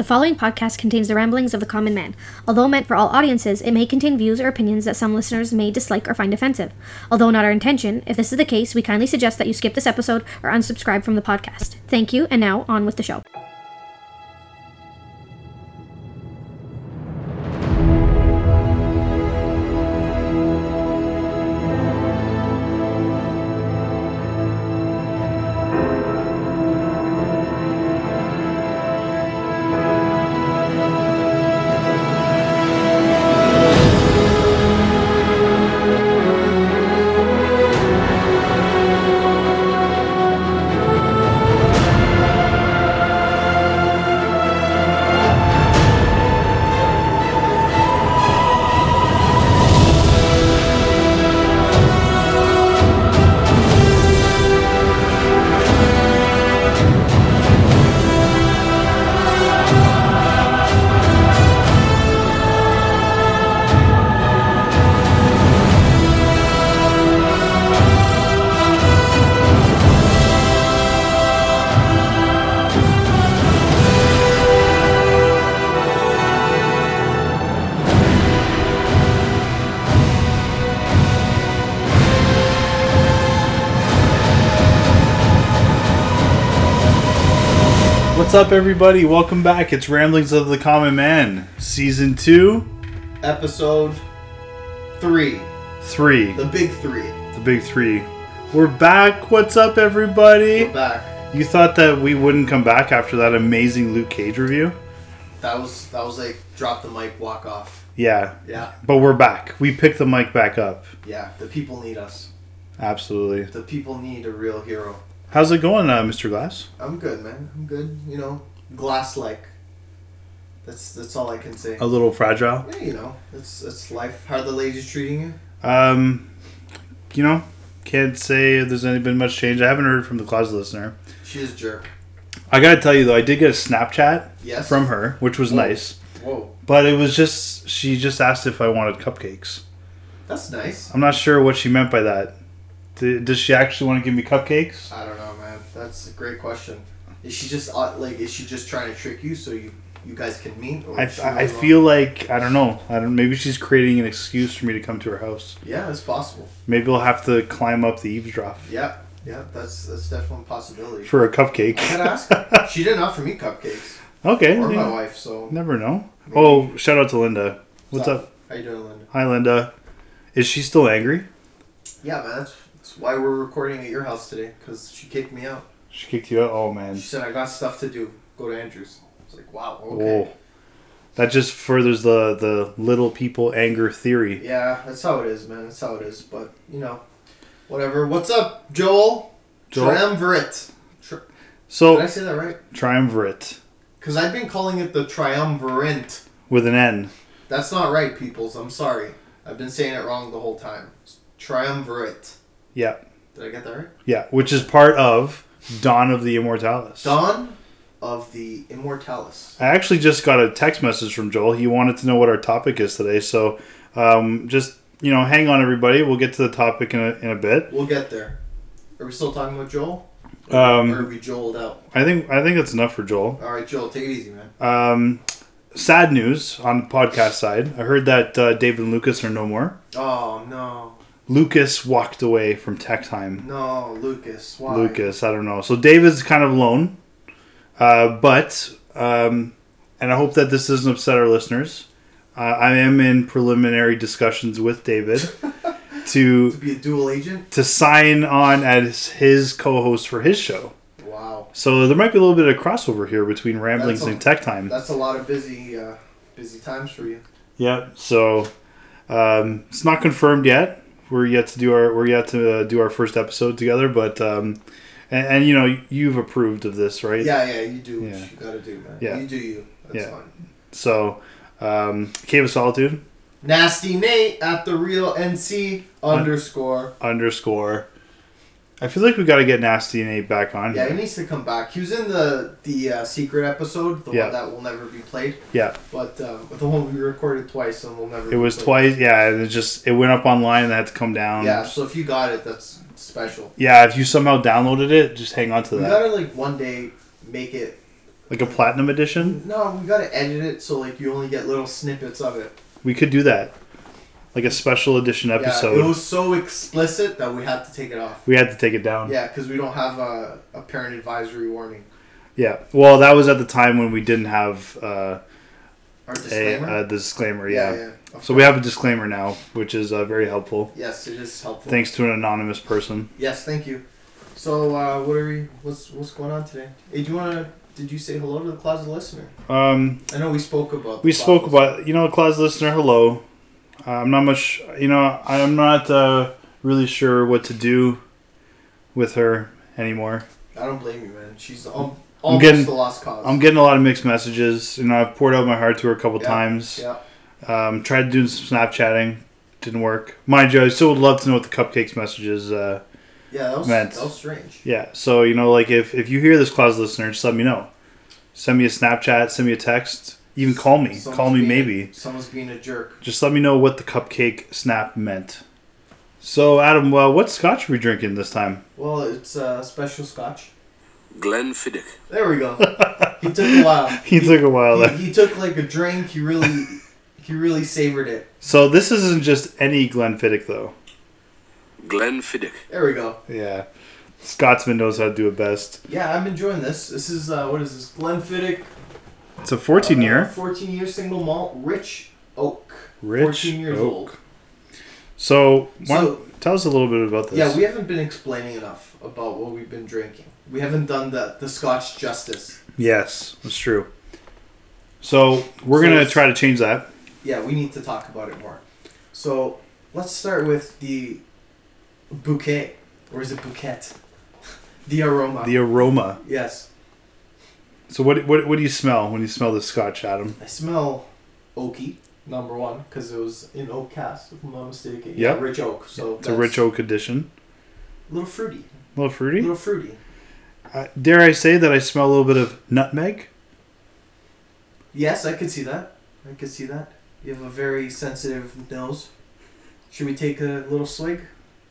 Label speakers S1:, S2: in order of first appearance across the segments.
S1: The following podcast contains the ramblings of the common man. Although meant for all audiences, it may contain views or opinions that some listeners may dislike or find offensive. Although not our intention, if this is the case, we kindly suggest that you skip this episode or unsubscribe from the podcast. Thank you, and now on with the show.
S2: What's up, everybody? Welcome back. It's Ramblings of the Common Man, Season 2,
S3: episode three,
S2: 3.
S3: the big three.
S2: The big three. We're back. What's up, everybody?
S3: We're back.
S2: You thought that we wouldn't come back after that amazing Luke Cage review?
S3: That was that was like drop the mic, walk off.
S2: Yeah.
S3: Yeah,
S2: But we're back. We picked the mic back up.
S3: yeah. The people need us.
S2: Absolutely.
S3: The people need a real hero.
S2: How's it going, uh, Mr. Glass?
S3: I'm good, man. I'm good. You know, glass like. That's that's all I can say.
S2: A little fragile.
S3: Yeah, you know, it's it's life. How are the ladies treating you?
S2: Um, you know, can't say if there's any been much change. I haven't heard from the closet listener.
S3: She's a jerk.
S2: I gotta tell you though, I did get a Snapchat
S3: Yes.
S2: from her, which was
S3: Oh.
S2: nice.
S3: Whoa,
S2: But it was just she just asked if I wanted cupcakes.
S3: that's nice.
S2: I'm not sure what she meant by that. D- does she actually want to give me cupcakes?
S3: I don't know, man. That's a great question. Is she just uh, like? Is she just trying to trick you so you you guys can meet? Or
S2: I,
S3: is she
S2: I I
S3: really
S2: feel like I don't know. I don't. Maybe she's creating an excuse for me to come to her house.
S3: wrong? Yeah, it's possible.
S2: Maybe I'll have to climb up the eavesdrop
S3: Yeah, yeah, that's that's definitely a possibility.
S2: for a cupcake.
S3: I gotta ask. her. she didn't offer me cupcakes
S2: okay.
S3: or my
S2: yeah.
S3: wife. So
S2: Never know. Oh, shout out to Linda. What's
S3: What's up?
S2: up?
S3: how you doing, Linda?
S2: Hi, Linda. Is she still angry?
S3: Yeah, man, that's, that's why we're recording at your house today because she kicked me out.
S2: She kicked you out. Oh man.
S3: She said I got stuff to do. Go to Andrews. It's like wow, okay.
S2: Oh, that just furthers the the little people anger theory.
S3: Yeah, that's how it is, man. That's how it is. But you know, whatever. What's up, Joel?
S2: Joel? Oh.
S3: Triumvirate. Tri- Did I
S2: So
S3: say that right?
S2: triumvirate.
S3: Because I've been calling it the triumvirate.
S2: with an N.
S3: That's not right, peoples. I'm sorry. I've been saying it wrong the whole time. Triumvirate.
S2: Yeah,
S3: Did I get that right?
S2: yeah, which is part of Dawn of the Immortalis.
S3: Dawn of the Immortalis.
S2: I actually just got a text message from Joel. He wanted to know what our topic is today, so um, just you know, hang on, everybody. We'll get to the topic in a, in a bit.
S3: We'll get there. Are we still talking about Joel? or are
S2: Um,
S3: we Joeled out?
S2: I think I think that's enough for Joel.
S3: All right, Joel, take it easy, man.
S2: Um, sad news on the podcast side. I heard that uh, David and Lucas are no more.
S3: Oh no,
S2: Lucas walked away from Tech Time.
S3: no, Lucas. Why?
S2: Lucas, I don't know. So David's kind of alone, uh, but um, and I hope that this doesn't upset our listeners. Uh, I am in preliminary discussions with David
S3: To
S2: to
S3: be a dual agent?
S2: to sign on as his co-host for his show.
S3: Wow,
S2: So there might be a little bit of crossover here between ramblings
S3: That's a-
S2: and tech time.
S3: that's a lot of busy, uh, busy times for you.
S2: Yep. So um, it's not confirmed yet. We're yet to do our we're yet to uh, do our first episode together, but um, and, and you know you've approved of this, right?
S3: Yeah, yeah, you do what
S2: Yeah.
S3: you gotta do, man.
S2: Yeah.
S3: You do you. That's
S2: Yeah.
S3: fine.
S2: So, um, Cave of Solitude
S3: Nasty Nate at the real NC underscore.
S2: underscore. I feel like we got to get Nasty Nate back on.
S3: Yeah, he
S2: here.
S3: needs to come back. He was in the the uh, secret episode, the
S2: Yeah.
S3: one that will never be played.
S2: yeah.
S3: But um, the one we recorded twice and we'll never.
S2: It was
S3: replay.
S2: twice. Yeah, and it just it went up online and had to come down.
S3: Yeah, so if you got it, that's special.
S2: Yeah, If you somehow downloaded it, just hang on to
S3: We
S2: that.
S3: gotta like one day make it
S2: like a platinum edition.
S3: No, we gotta edit it so like you only get little snippets of it.
S2: We could do that, like a special edition episode.
S3: Yeah, it was so explicit that we had to take it off.
S2: we had to take it down.
S3: Yeah, because we don't have a, a parent advisory warning.
S2: Yeah. Well, that was at the time when we didn't have uh,
S3: Our
S2: a
S3: disclaimer.
S2: uh, the disclaimer. Yeah.
S3: of
S2: So we
S3: course.
S2: have a disclaimer now, which is uh, very helpful.
S3: Yes, it is helpful.
S2: Thanks to an anonymous person.
S3: Yes, thank you. So uh, what are we? What's what's going on today? Hey, do you wanna? Did you say hello to the closet listener?
S2: Um,
S3: I know we spoke about.
S2: we
S3: the
S2: spoke
S3: closet
S2: about you know closet listener hello uh, i'm not much you know i'm not uh, really sure what to do with her anymore
S3: listener. I don't blame you, man. She's al-
S2: I'm
S3: almost
S2: getting-
S3: the lost cause.
S2: i'm getting a lot of mixed messages you know i've poured out my heart to her a couple
S3: Yeah,
S2: times
S3: yeah.
S2: um, tried doing some snapchatting didn't work mind you i still would love to know what the cupcakes message is uh,
S3: Yeah, that was
S2: Meant.
S3: that was strange.
S2: yeah so you know like if, if you hear this closet listener just let me know send me a snapchat send me a text even call me
S3: Someone's
S2: call me
S3: being-
S2: maybe
S3: Someone's being a jerk.
S2: Just let me know what the cupcake snap meant. So, Adam, uh, what scotch are we drinking this time?
S3: Well, it's uh, special scotch.
S4: Glenfiddich.
S3: There we go. he took a while.
S2: He took a while
S3: He,
S2: there.
S3: he took like a drink. He really, he really savored it.
S2: So, this isn't just any Glenfiddich, though.
S4: Glenfiddich.
S3: There we go.
S2: Yeah. Scotsman knows how to do it best.
S3: Yeah, I'm enjoying this. This is uh, what is this? Glenfiddich.
S2: It's a 14
S3: uh,
S2: year.
S3: 14 year single malt, rich oak.
S2: Rich
S3: 14 years
S2: oak.
S3: old.
S2: So, why
S3: So-
S2: tell us a little bit about this.
S3: Yeah, we haven't been explaining enough about what we've been drinking. We haven't done the the Scotch justice.
S2: yes, that's true. So, we're
S3: So
S2: going to
S3: it's-
S2: try to change that.
S3: Yeah, we need to talk about it more. So let's start with the bouquet, or is it bouquet? The aroma.
S2: The aroma.
S3: yes.
S2: So, what, what, what do you smell when you smell the scotch, Adam?
S3: I smell oaky, number one, because it was in oak cast, if I'm not mistaken.
S2: Yep.
S3: Yeah, rich oak. So
S2: It's a rich oak edition.
S3: A little fruity.
S2: A little
S3: A
S2: fruity?
S3: little fruity.
S2: Uh, dare I say that I smell a little bit of nutmeg?
S3: Yes, I could see that. I could see that. You have a very sensitive nose. Should we take a little swig?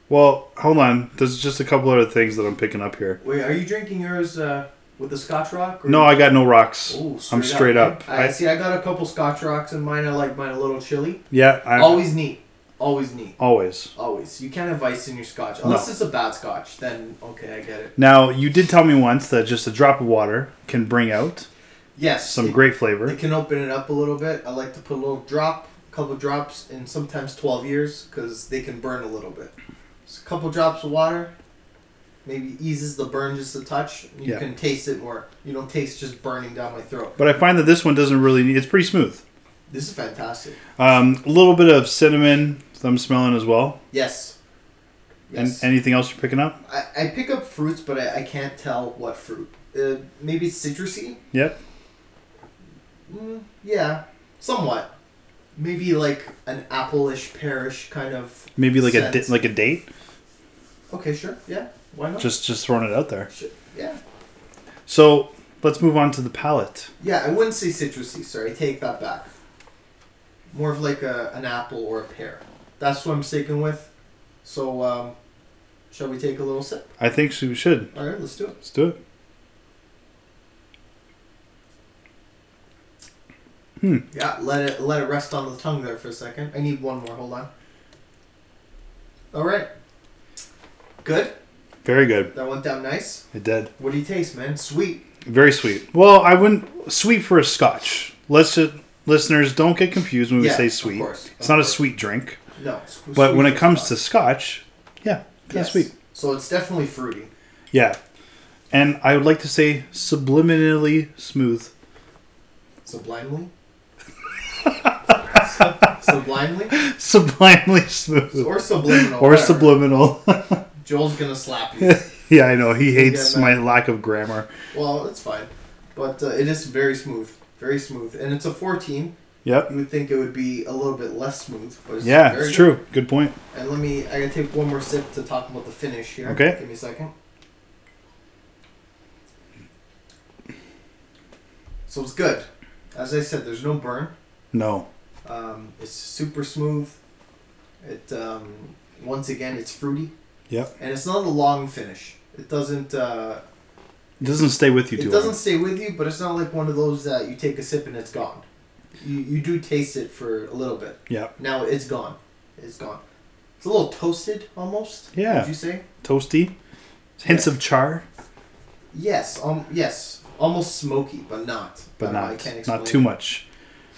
S2: Well, hold on. There's just a couple other things that I'm picking up here.
S3: Wait, are you drinking yours uh, with the Scotch Rock?
S2: No, I got no rocks.
S3: Ooh,
S2: I'm straight up.
S3: I,
S2: I,
S3: see. I got a couple Scotch Rocks in mine. I like mine a little chilly.
S2: yeah, I always.
S3: Always neat. Always neat.
S2: always.
S3: Always. You can't have ice in your Scotch unless it's a bad Scotch. Then okay, I get it.
S2: Now, you did tell me once that just a drop of water can bring out
S3: Yes.
S2: some
S3: it-
S2: great flavor.
S3: I can open it up a little bit. I like to put a little drop, couple drops, and sometimes 12 years because they can burn a little bit. So a couple drops of water maybe eases the burn just a touch. and You
S2: Yeah.
S3: can taste it more. You don't taste just burning down my throat.
S2: But I find that this one doesn't really need. It's pretty smooth.
S3: This is fantastic.
S2: Um, a little bit of cinnamon that I'm smelling as well.
S3: Yes. Yes.
S2: And anything else you're picking up?
S3: I, I pick up fruits, but I, I can't tell what fruit. Uh, maybe it's citrusy?
S2: Yep.
S3: Mm, yeah, somewhat. Maybe like an apple-ish, pearish kind of.
S2: Maybe like a
S3: scent.
S2: di- like a date.
S3: Okay, sure. Yeah. Why not?
S2: Just just throwing it out there.
S3: Shit, Yeah.
S2: So let's move on to the palate.
S3: Yeah, I wouldn't say citrusy. Sorry, I take that back. More of like a, an apple or a pear. That's what I'm sticking with. So, um, shall we take a little sip?
S2: I think we should.
S3: All right, let's do it.
S2: Let's do it.
S3: Yeah, let it let it rest on the tongue there for a second. I need one more. Hold on. All right. Good.
S2: Very good.
S3: That went down nice.
S2: It did.
S3: What do you taste, man? Sweet.
S2: Very sweet. Well, I wouldn't sweet for a Scotch. Let's just listeners don't get confused when we
S3: Yeah,
S2: say
S3: of
S2: sweet.
S3: course, of
S2: it's not
S3: course.
S2: a sweet drink,
S3: No. it's sweet
S2: but when it
S3: for
S2: comes
S3: Scotch.
S2: to Scotch, yeah, kind of
S3: Yes.
S2: sweet.
S3: So it's definitely fruity.
S2: Yeah, and I would like to say subliminally smooth.
S3: Sublimely. Sublimely
S2: Sublimely smooth
S3: or subliminal.
S2: or
S3: whatever.
S2: subliminal.
S3: Joel's gonna slap you.
S2: yeah, I know he hates
S3: Yeah,
S2: my
S3: man.
S2: lack of grammar.
S3: well, it's fine, but uh, it is very smooth, very smooth, and it's a fourteen.
S2: Yep.
S3: You would think it would be a little bit less smooth, but it's
S2: Yeah,
S3: very
S2: it's
S3: good.
S2: true. Good point.
S3: And let me, I gotta take one more sip to talk about the finish here.
S2: Okay.
S3: Give me a second. So it's good. As I said, there's no burn.
S2: No.
S3: Um, it's super smooth. It um, once again, it's fruity.
S2: Yep.
S3: And it's not a long finish. It doesn't. Uh,
S2: It doesn't stay with you too
S3: It doesn't stay with you, but it's not like one of those that you take a sip and it's gone. You, you do taste it for a little bit.
S2: long. Yeah.
S3: Now it's gone. It's gone. It's a little toasted almost.
S2: Yeah.
S3: Would you say?
S2: Toasty. Hints of char,
S3: Yes. Um. Yes. Almost smoky, but not.
S2: but
S3: I don't know, I
S2: not
S3: can't explain
S2: not too
S3: it.
S2: much.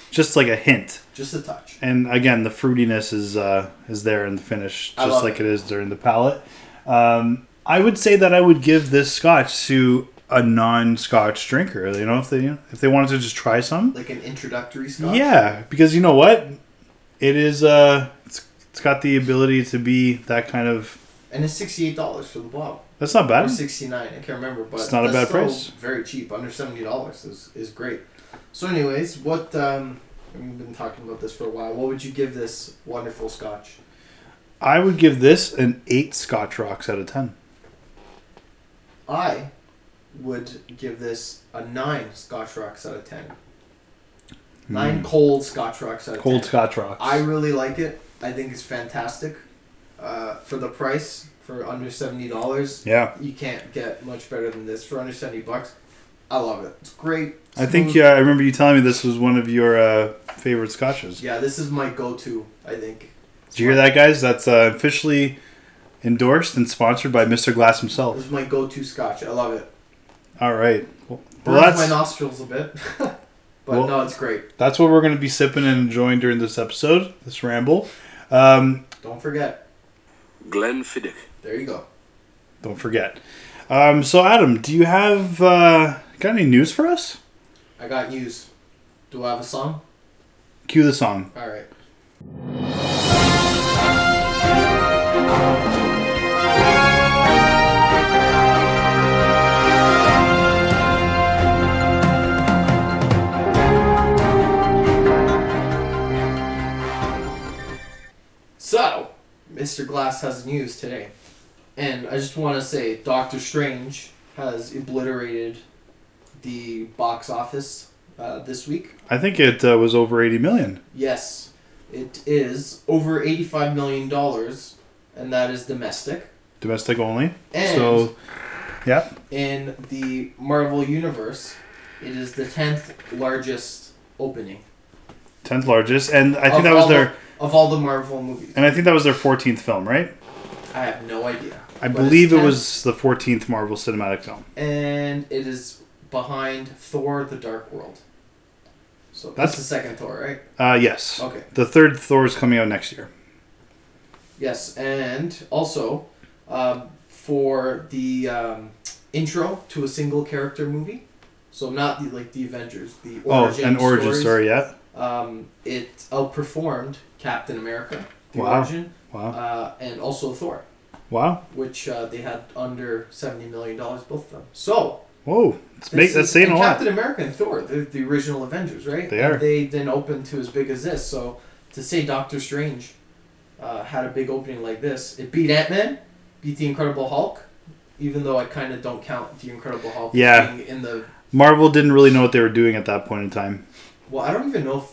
S2: Just like a hint.
S3: Just a touch.
S2: And again, the fruitiness is uh, is there in the finish,
S3: I
S2: just
S3: love
S2: like
S3: it.
S2: it is during the palate. Um, I would say that I would give this scotch to a non-scotch drinker. You know, if they if they wanted to just try some,
S3: Like an introductory scotch.
S2: yeah, because you know what, it is. Uh, it's, it's got the ability to be that kind of.
S3: And it's sixty eight dollars for the bottle.
S2: That's not bad.
S3: Or sixty nine. I can't remember, but
S2: It's not a
S3: that's
S2: bad price.
S3: still Very cheap. Under seventy dollars is is great. So, anyways, what um. We've been talking about this for a while. What would you give this wonderful scotch?
S2: I would give this an eight Scotch rocks out of ten.
S3: I would give this a nine Scotch rocks out of ten. Nine cold Scotch rocks out of
S2: Hmm. Cold
S3: ten.
S2: Scotch rocks.
S3: I really like it. I think it's fantastic. Uh, for the price, for under seventy dollars,
S2: yeah,
S3: you can't get much better than this. For under seventy bucks, I love it. It's great.
S2: I think
S3: smooth.
S2: yeah. I remember you telling me this was one of your uh, favorite scotches.
S3: Yeah, this is my go-to. I think.
S2: Did you hear that, guys? That's uh, officially endorsed and sponsored by Mr. Glass
S3: This
S2: himself.
S3: is my go-to Scotch. I love it.
S2: All right. Well,
S3: Burns my
S2: that's,
S3: nostrils a bit, but
S2: Well-
S3: no, it's great.
S2: that's what we're going to be sipping and enjoying during this episode, this ramble. Um,
S3: Don't forget.
S4: Glenfiddich,
S3: There you go.
S2: don't forget. Um, so, Adam, do you have uh, got any news for us?
S3: I got news. Do I have a song?
S2: Cue the song.
S3: All right. So, Mr. Glass has news today. And I just want to say Doctor Strange has obliterated the box office uh, this week.
S2: I think it uh, was over 80 million.
S3: Yes, it is over eighty-five million dollars, and that is domestic.
S2: Domestic only.
S3: And
S2: So, yeah.
S3: in the Marvel universe, it is the tenth largest opening.
S2: 10th largest. And I think
S3: of
S2: that was
S3: all the-
S2: their.
S3: of all the Marvel movies.
S2: And I think that was their 14th film, right?
S3: I have no idea.
S2: I
S3: But it's
S2: believe it
S3: 10th,
S2: was the 14th Marvel Cinematic film.
S3: and it is behind Thor: The Dark World. So that's,
S2: That's-
S3: the second Thor, right?
S2: Uh, yes.
S3: Okay.
S2: The third Thor is coming out next year.
S3: Yes, and also um, for the um, intro to a single character movie, so not the like the Avengers, the origin
S2: oh, an origin
S3: stories,
S2: story, yeah.
S3: Um, it outperformed Captain America, the
S2: Wow. Oh.
S3: origin,
S2: Wow.
S3: uh, and also Thor,
S2: Wow.
S3: which uh, they had under seventy million dollars both of them. So
S2: Whoa. It's
S3: this
S2: make,
S3: is-
S2: that's saying
S3: and
S2: a lot.
S3: Captain America and Thor, they're the original Avengers, right?
S2: They
S3: And
S2: are.
S3: they didn't open to as big as this. So to say Doctor Strange uh, had a big opening like this, it beat Ant Man, beat the Incredible Hulk. Even though I kind of don't count the Incredible Hulk as
S2: Yeah.
S3: being in the
S2: Marvel didn't really know what they were doing at that point in time.
S3: well, I don't even know if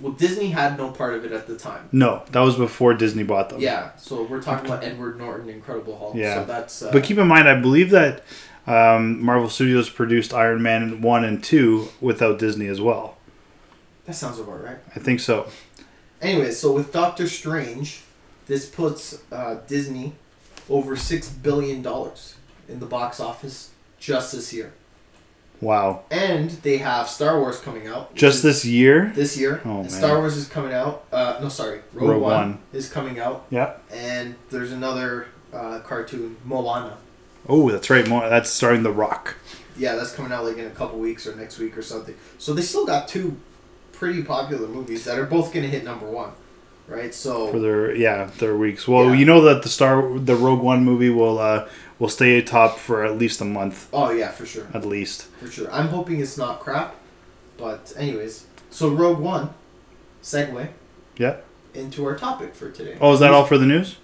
S3: well Disney had no part of it at the time.
S2: No, that was before Disney bought them.
S3: Yeah, so we're talking about Edward Norton, Incredible Hulk.
S2: Um, Yeah.
S3: so that's uh,
S2: But keep in mind, I believe that um, Marvel Studios produced Iron Man 1 and 2 without Disney as well.
S3: that sounds about right.
S2: I think so.
S3: Anyway, so with Doctor Strange, this puts uh, Disney over six billion dollars in the box office just this year,
S2: Wow.
S3: and they have Star Wars coming out
S2: Just this year?
S3: this year.
S2: Oh,
S3: and
S2: man.
S3: Star Wars is coming out. Uh, no, sorry, Rogue,
S2: Rogue
S3: One,
S2: One.
S3: is coming out,
S2: Yeah.
S3: and there's another uh, cartoon Moana.
S2: Oh, that's right. Mo- That's starting The Rock.
S3: Yeah, that's coming out like in a couple weeks or next week or something. So they still got two pretty popular movies that are both going to hit number one, right? So
S2: for their yeah their weeks. Well,
S3: Yeah.
S2: you know that the Star the Rogue One movie will uh, will stay atop for at least a month
S3: oh yeah, for sure.
S2: at least.
S3: For sure. I'm hoping it's not crap. But anyways, so Rogue One, segue
S2: Yeah.
S3: into our topic for today.
S2: Oh, is that all for the news?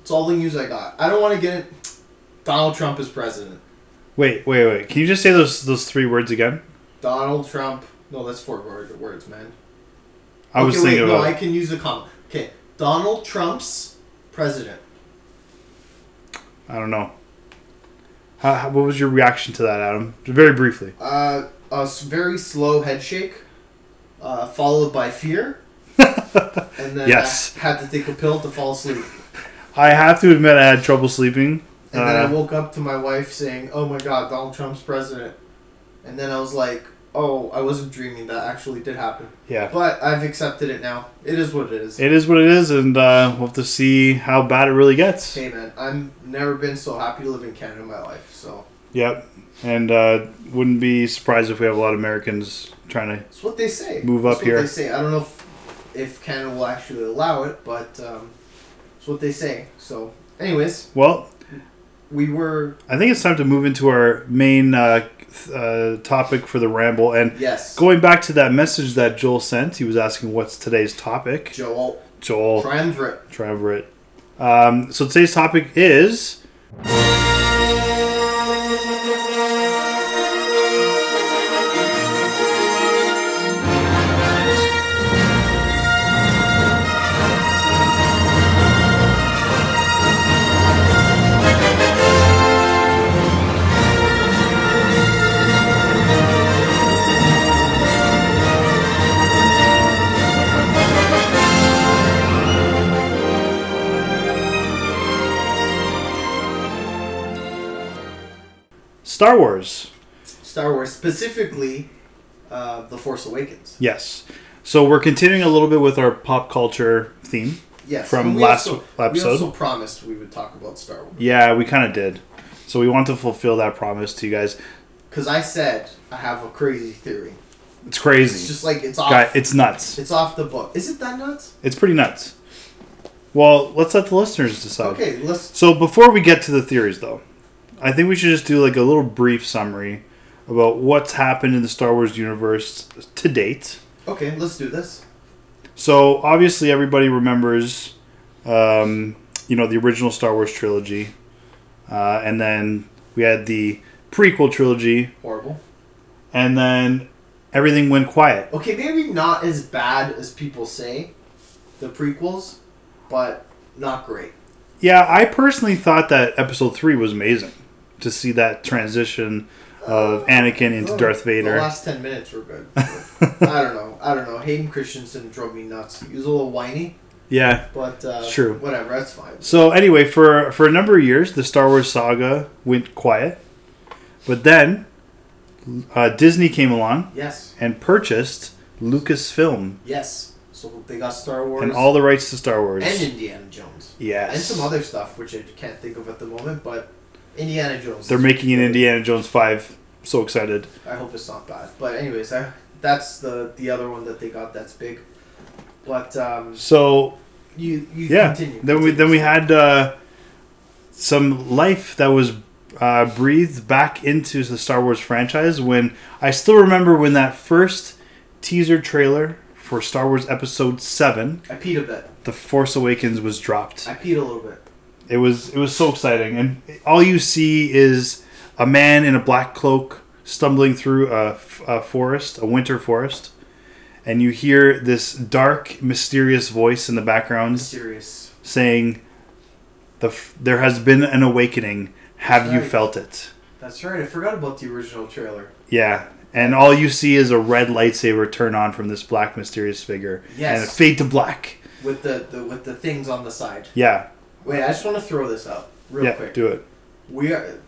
S3: It's all the news I got. I don't want to get it. Donald Trump is president.
S2: Wait, wait, wait. Can you just say those those three words again?
S3: Donald Trump. No, that's four word, words, man.
S2: I was
S3: okay, wait,
S2: thinking
S3: no,
S2: about.
S3: I can use a comma. Okay, Donald Trump's president.
S2: I don't know. How, how, what was your reaction to that, Adam? Very briefly.
S3: Uh, a s- very slow head shake, uh, followed by fear, and then
S2: Yes.
S3: I had to take a pill to fall asleep.
S2: I have to admit, I had trouble sleeping.
S3: And then I
S2: Uh,
S3: woke up to my wife saying, "Oh my God, Donald Trump's president," and then I was like, "Oh, I wasn't dreaming. That actually did happen."
S2: yeah.
S3: But I've accepted it now. It is what it is.
S2: It is what it is, and uh, we'll have to see how bad it really gets.
S3: Hey man, I've never been so happy to live in Canada in my life. So
S2: Yep. And uh, wouldn't be surprised if we have a lot of Americans trying to.
S3: it's what they say.
S2: Move
S3: It's
S2: up
S3: what
S2: here.
S3: They say. I don't know if, if Canada will actually allow it, but um, it's what they say. So, anyways,
S2: Well,
S3: we were
S2: I think it's time to move into our main uh, th- uh, topic for the ramble. And
S3: yes.
S2: going back to that message that Joel sent, he was asking what's today's topic.
S3: Joel
S2: Joel.
S3: triumvirate.
S2: triumvirate. Um, so today's topic is. Star Wars.
S3: Star Wars specifically, uh, The Force Awakens.
S2: Yes. So we're continuing a little bit with our pop culture theme.
S3: Yes.
S2: From
S3: and we
S2: last
S3: also-
S2: episode.
S3: we also promised we would talk about Star Wars
S2: Yeah, we kind of did. So we want to fulfill that promise to you guys.
S3: because I said I have a crazy theory.
S2: It's crazy.
S3: It's just like it's off.
S2: Guy, it's nuts.
S3: it's off the book. Is it that nuts?
S2: It's pretty nuts. Well, let's let the listeners decide.
S3: Okay, let's
S2: So before we get to the theories, though, I think we should just do like a little brief summary about what's happened in the Star Wars universe to date.
S3: Okay, let's do this.
S2: So obviously, everybody remembers, um, you know, the original Star Wars trilogy, uh, and then we had the prequel trilogy,
S3: Horrible.
S2: and then everything went quiet.
S3: Okay, maybe not as bad as people say, the prequels, but not great.
S2: Yeah, I personally thought that Episode Three was amazing to see that transition of Anakin into
S3: Oh,
S2: Darth Vader.
S3: The last ten minutes were good. I don't know. I don't know. Hayden Christensen drove me nuts. He was a little whiny,
S2: yeah,
S3: but uh,
S2: It's true.
S3: Whatever, that's fine.
S2: So anyway, for for a number of years, the Star Wars saga went quiet, but then uh, Disney came along
S3: Yes,
S2: and purchased Lucasfilm
S3: yes. So they got Star Wars
S2: and all the rights to Star Wars.
S3: and Indiana Jones
S2: yes,
S3: and some other stuff which I can't think of at the moment, but Indiana Jones.
S2: They're
S3: is
S2: making an
S3: good.
S2: Indiana Jones five. So excited.
S3: I hope it's not bad. But anyways, I, that's the the other one that they got that's big. But um,
S2: So
S3: you you
S2: yeah,
S3: continue.
S2: then we then we had uh, some life that was. Uh, breathed back into the Star Wars franchise when I still remember when that first teaser trailer for Star Wars Episode 7
S3: I peed a bit.
S2: The Force Awakens was dropped.
S3: I peed a little bit.
S2: It was it was so exciting, and all you see is a man in a black cloak stumbling through a, f- a forest, a winter forest, and you hear this dark, mysterious voice in the background
S3: Serious.
S2: saying, "The f- there has been an awakening. Have you
S3: Right.
S2: felt it?"
S3: That's right. I forgot about the original trailer.
S2: Yeah. And all you see is a red lightsaber turn on from this black mysterious figure,
S3: Yes.
S2: and fade to black.
S3: with the, the with the things on the side.
S2: Yeah,
S3: Wait, I just want to throw this out real
S2: yeah,
S3: quick.
S2: do it.
S3: We are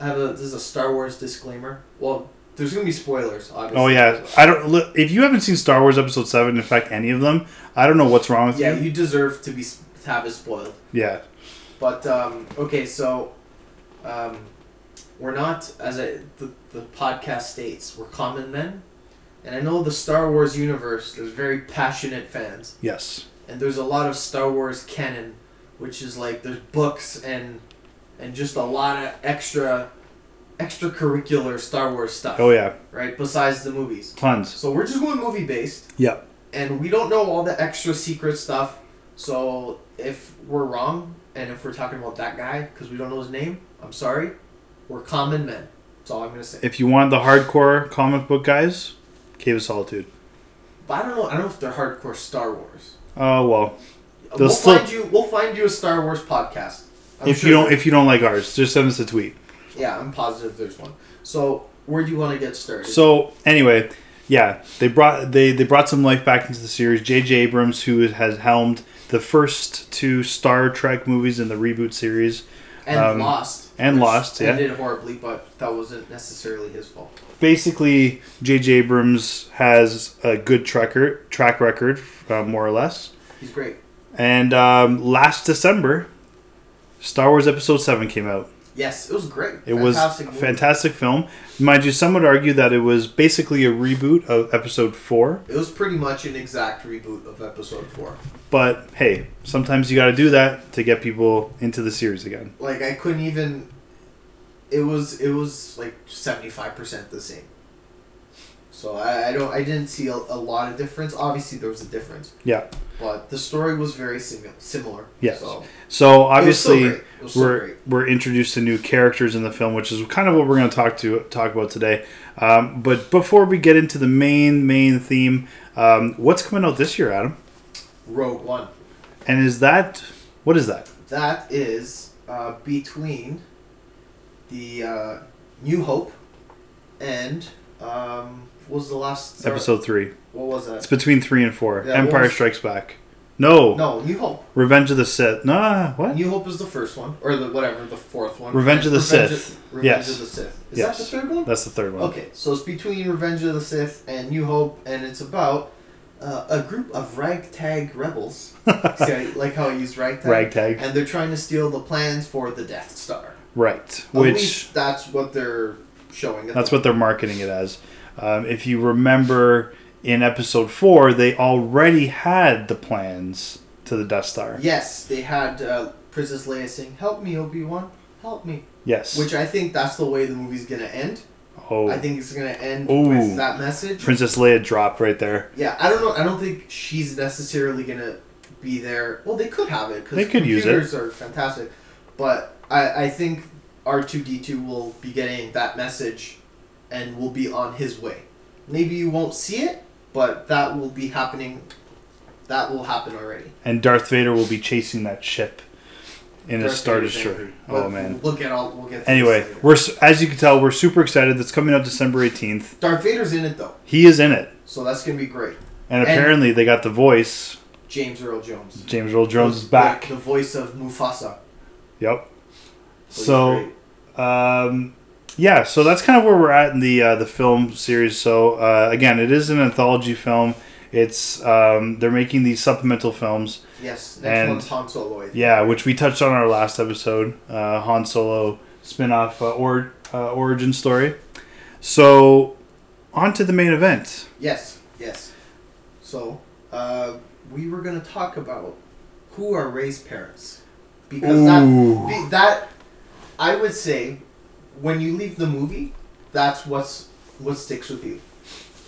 S3: I have a this is a Star Wars disclaimer. Well, there's gonna be spoilers, obviously.
S2: Oh yeah, I don't. li- If you haven't seen Star Wars Episode Seven, in fact, any of them, I don't know what's wrong with
S3: Yeah,
S2: you.
S3: you deserve to be s- to have it spoiled.
S2: Yeah,
S3: But um, okay, so um, we're not as I, the the podcast states we're common men, and I know the Star Wars universe. There's very passionate fans.
S2: yes,
S3: and there's a lot of Star Wars canon, which is like there's books and and just a lot of extra extracurricular Star Wars stuff.
S2: oh yeah,
S3: Right, besides the movies.
S2: tons.
S3: So we're just going movie based
S2: Yeah,
S3: and we don't know all the extra secret stuff. So if we're wrong and if we're talking about that guy because we don't know his name, I'm sorry. We're common men. That's all I'm gonna say.
S2: if you want the hardcore comic book guys, Cave of Solitude.
S3: But I don't know. I don't know if they're hardcore Star Wars.
S2: Oh well,
S3: we'll
S2: They'll still-
S3: find you. We'll find you a Star Wars podcast. I'm
S2: if
S3: sure
S2: you don't,
S3: there-
S2: if you don't like ours, just send us a tweet.
S3: Yeah, I'm positive there's one. So where do you want to get started?
S2: So anyway, yeah, they brought they they brought some life back into the series. J.J. Abrams, who has helmed the first two Star Trek movies in the reboot series,
S3: and
S2: um,
S3: lost.
S2: and Lost, yeah.
S3: did horribly, but that wasn't necessarily his fault.
S2: basically J.J. Abrams has a good tracker track record, uh, more or less.
S3: He's great.
S2: And um, last December, Star Wars Episode Seven came out.
S3: Yes, it was great.
S2: It was a
S3: movie.
S2: fantastic film. Mind you, some would argue that it was basically a reboot of Episode Four.
S3: It was pretty much an exact reboot of Episode Four.
S2: But hey, sometimes you got to do that to get people into the series again.
S3: Like I couldn't even. It was it was like seventy five percent the same. So I, I don't I didn't see a, a lot of difference. Obviously there was a difference,
S2: Yeah.
S3: but the story was very simi- similar.
S2: Yes.
S3: So
S2: So
S3: It was still
S2: obviously
S3: great. It was still
S2: we're
S3: great.
S2: we're introduced to new characters in the film, which is kind of what we're going to talk to talk about today. Um, but before we get into the main main theme, um, what's coming out this year, Adam?
S3: Rogue One.
S2: And is that what is that?
S3: That is uh, between the uh, New Hope and um, what was the last Star-
S2: Episode three.
S3: What was that?
S2: It's between three and four.
S3: Yeah,
S2: Empire
S3: what was-
S2: Strikes Back. No.
S3: No, New Hope.
S2: Revenge of the Sith. Nah. What?
S3: New Hope is the first one, or the whatever the fourth one.
S2: Revenge of the
S3: Revenge
S2: Sith.
S3: Of, Revenge
S2: Yes.
S3: of the Sith. Is
S2: Yes.
S3: that the third one?
S2: That's the third one.
S3: Okay, so it's between Revenge of the Sith and New Hope, and it's about uh, a group of ragtag rebels. See, I like how I used ragtag.
S2: Ragtag.
S3: And they're trying to steal the plans for the Death Star.
S2: Right.
S3: At
S2: Which.
S3: least that's what they're showing. at
S2: That's
S3: the-
S2: what they're marketing it as. Um, if you remember in episode four, they already had the plans to the Death Star.
S3: Yes, they had uh, Princess Leia saying, "Help me, Obi Wan, help me,"
S2: Yes.
S3: which I think that's the way the movie's gonna end.
S2: oh,
S3: I think it's gonna end
S2: Ooh.
S3: with that message.
S2: Princess Leia dropped right there.
S3: yeah, I don't know. I don't think she's necessarily gonna be there. Well, they could have it because
S2: They could use it.
S3: computers are fantastic, but I, I think R two D two will be getting that message, and will be on his way. Maybe you won't see it, but that will be happening. That will happen already.
S2: And Darth Vader will be chasing that ship in his
S3: Darth
S2: Star
S3: Vader's
S2: Destroyer.
S3: angry.
S2: Oh,
S3: But
S2: man.
S3: We'll get all. We'll get. to
S2: Anyway,
S3: this later.
S2: we're s- as you can tell, we're super excited. That's coming out December 18th.
S3: Darth Vader's in it though,
S2: He is in it.
S3: so that's gonna be great.
S2: And
S3: And-
S2: apparently they got the voice.
S3: James Earl Jones.
S2: James Earl Jones is
S3: The-
S2: back.
S3: The, voice of Mufasa.
S2: Yep.
S3: So Oh, he's
S2: So
S3: great.
S2: Um, yeah, so that's kind of where we're at in the uh, the film series. So uh, again, it is an anthology film. It's um, they're making these supplemental films.
S3: yes, next
S2: and-
S3: one's Han Solo. I think.
S2: Yeah, which we touched on in our last episode, uh, Han Solo spin-off uh, or uh, origin story. So on to the main event.
S3: Yes. Yes. So uh, we were gonna talk about who are Ray's parents because
S2: Ooh.
S3: that be, that I would say when you leave the movie, that's what's what sticks with you.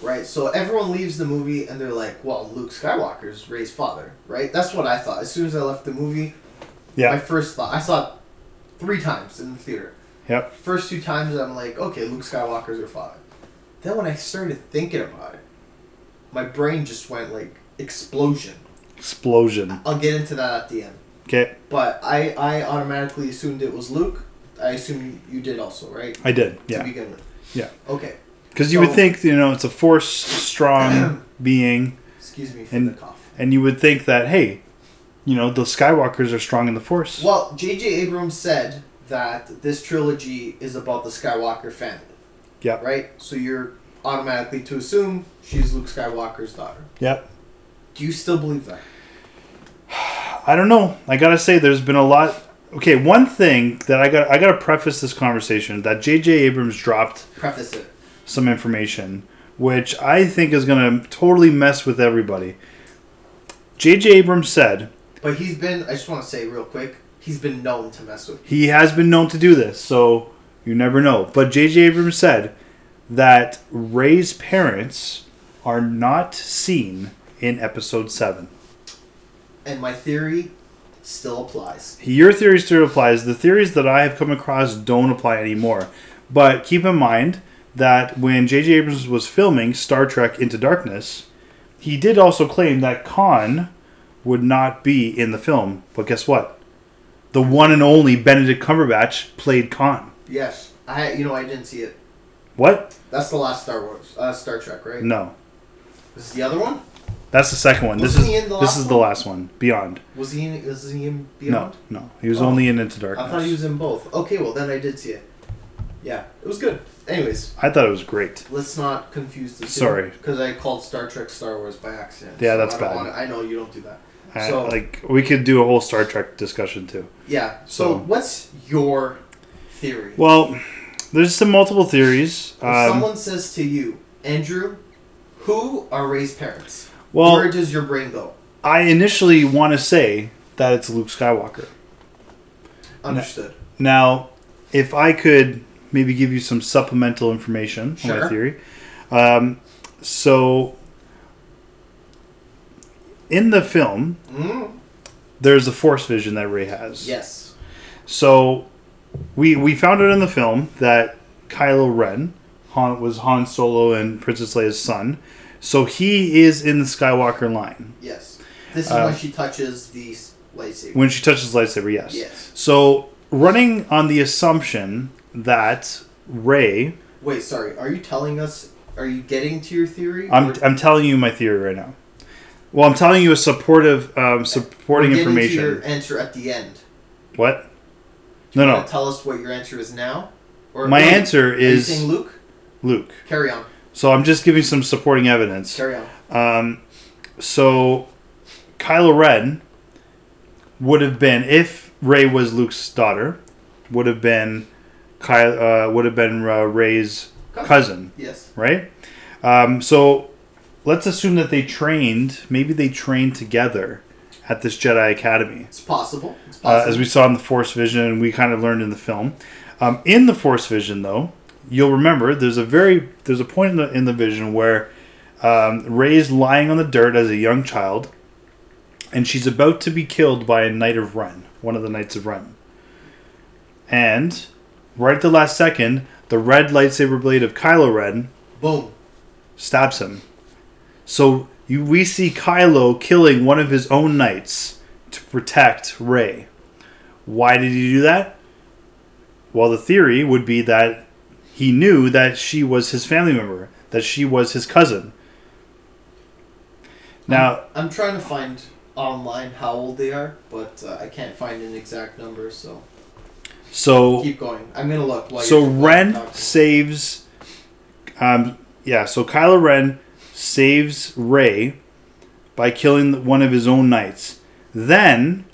S3: Right, so everyone leaves the movie and they're like, "Well, Luke Skywalker's Ray's father." Right, that's what I thought as soon as I left the movie. my
S2: Yeah,
S3: first thought. I saw it three times in the theater.
S2: yep,
S3: First two times, I'm like, okay, Luke Skywalker's your father. Then when I started thinking about it, my brain just went like explosion.
S2: explosion.
S3: I'll get into that at the end.
S2: Okay,
S3: But I, I automatically assumed it was Luke. I assume you did also, right?
S2: I did.
S3: To
S2: Yeah,
S3: begin with.
S2: Yeah.
S3: Okay.
S2: because you would
S3: So-
S2: think you know it's a force strong being.
S3: Excuse me for
S2: And-
S3: the cough.
S2: And you would think that, hey, you know, the Skywalkers are strong in the Force.
S3: Well, J.J. Abrams said that this trilogy is about the Skywalker family.
S2: Yep.
S3: Right? So you're automatically to assume she's Luke Skywalker's daughter.
S2: Yep.
S3: Do you still believe that?
S2: I don't know. I gotta say, there's been a lot. Okay, one thing that I got, I gotta preface this conversation that J.J. Abrams dropped
S3: Preface it.
S2: some information, which I think is gonna totally mess with everybody. J.J. Abrams said
S3: But he's been, I just want to say real quick, he's been known to mess with.
S2: he has been known to do this, so you never know. But J.J. Abrams said that Ray's parents are not seen in Episode Seven.
S3: And my theory still applies.
S2: Your theory still applies. The theories that I have come across don't apply anymore. But keep in mind that when J.J. Abrams was filming Star Trek Into Darkness, he did also claim that Khan would not be in the film. But guess what? The one and only Benedict Cumberbatch played Khan.
S3: Yes. I you know I didn't see it.
S2: What?
S3: That's the last Star Wars, uh, Star Trek, right?
S2: No,
S3: This is the other one.
S2: that's the second one. This
S3: Wasn't
S2: is
S3: he in the
S2: this
S3: last
S2: is the
S3: one?
S2: last one. Beyond.
S3: Was he in? Was he in Beyond?
S2: No, no, he was
S3: Oh.
S2: only in Into
S3: I thought he
S2: Darkness.
S3: was in both. Okay, well then I did see it. Yeah, it was good. Anyways,
S2: I thought it was great.
S3: let's not confuse the two.
S2: Sorry.
S3: because I called Star Trek Star Wars by accident.
S2: Yeah, that's
S3: I don't
S2: bad.
S3: wanna- I know you don't do that.
S2: I-
S3: so
S2: like we could do a whole Star Trek discussion too.
S3: yeah. So,
S2: so-
S3: what's your theory?
S2: Well, there's some multiple theories.
S3: if
S2: Um,
S3: someone says to you, Andrew, who are Ray's parents?
S2: well,
S3: Where does your brain go?
S2: I initially want to say that it's Luke Skywalker.
S3: Understood.
S2: Now, if I could maybe give you some supplemental information on my
S3: Sure.
S2: theory. Um, so, in the film,
S3: Mm,
S2: there's a force vision that Ray has.
S3: yes.
S2: So, we we found out in the film that Kylo Ren Han, was Han Solo and Princess Leia's son. So he is in the Skywalker line.
S3: Yes. This is
S2: Uh,
S3: when she touches the s- lightsaber.
S2: When she touches the lightsaber, yes.
S3: Yes.
S2: So running on the assumption that Ray,
S3: Wait, sorry. Are you telling us? Are you getting to your theory?
S2: I'm,
S3: We're-
S2: I'm telling you my theory right now. Well, I'm telling you a supportive, um,
S3: we're
S2: supporting
S3: getting to
S2: information.
S3: your answer at the end.
S2: What? No,
S3: Wanna
S2: no.
S3: Tell us what your answer is now. Or
S2: My
S3: Luke?
S2: answer
S3: Are you
S2: is
S3: saying Luke.
S2: Luke.
S3: Carry on.
S2: So I'm just giving some supporting evidence.
S3: Carry on.
S2: Um, so Kylo Ren would have been if Ray was Luke's daughter, would have been Kyle, uh, would have been uh, Ray's
S3: Cousin.
S2: cousin.
S3: Yes.
S2: right? Um, so let's assume that they trained. Maybe they trained together at this Jedi Academy,
S3: It's possible. It's
S2: uh,
S3: possible.
S2: as we saw in the Force Vision, and we kind of learned in the film. Um, in the Force Vision, though, you'll remember there's a very there's a point in the in the vision where um, Ray's lying on the dirt as a young child, and she's about to be killed by a Knight of Ren, one of the Knights of Ren. And right at the last second, the red lightsaber blade of Kylo Ren
S3: Boom.
S2: stabs him. So you, we see Kylo killing one of his own knights to protect Rey. Why did he do that? Well, the theory would be that he knew that she was his family member, that she was his cousin. Now,
S3: I'm trying to find online how old they are, but uh, I can't find an exact number. So
S2: so
S3: keep going. I'm gonna look. While
S2: Oh. so
S3: you're- while you're
S2: Ren
S3: talking.
S2: saves, um, yeah. So Kylo Ren saves Rey by killing one of his own knights. Then,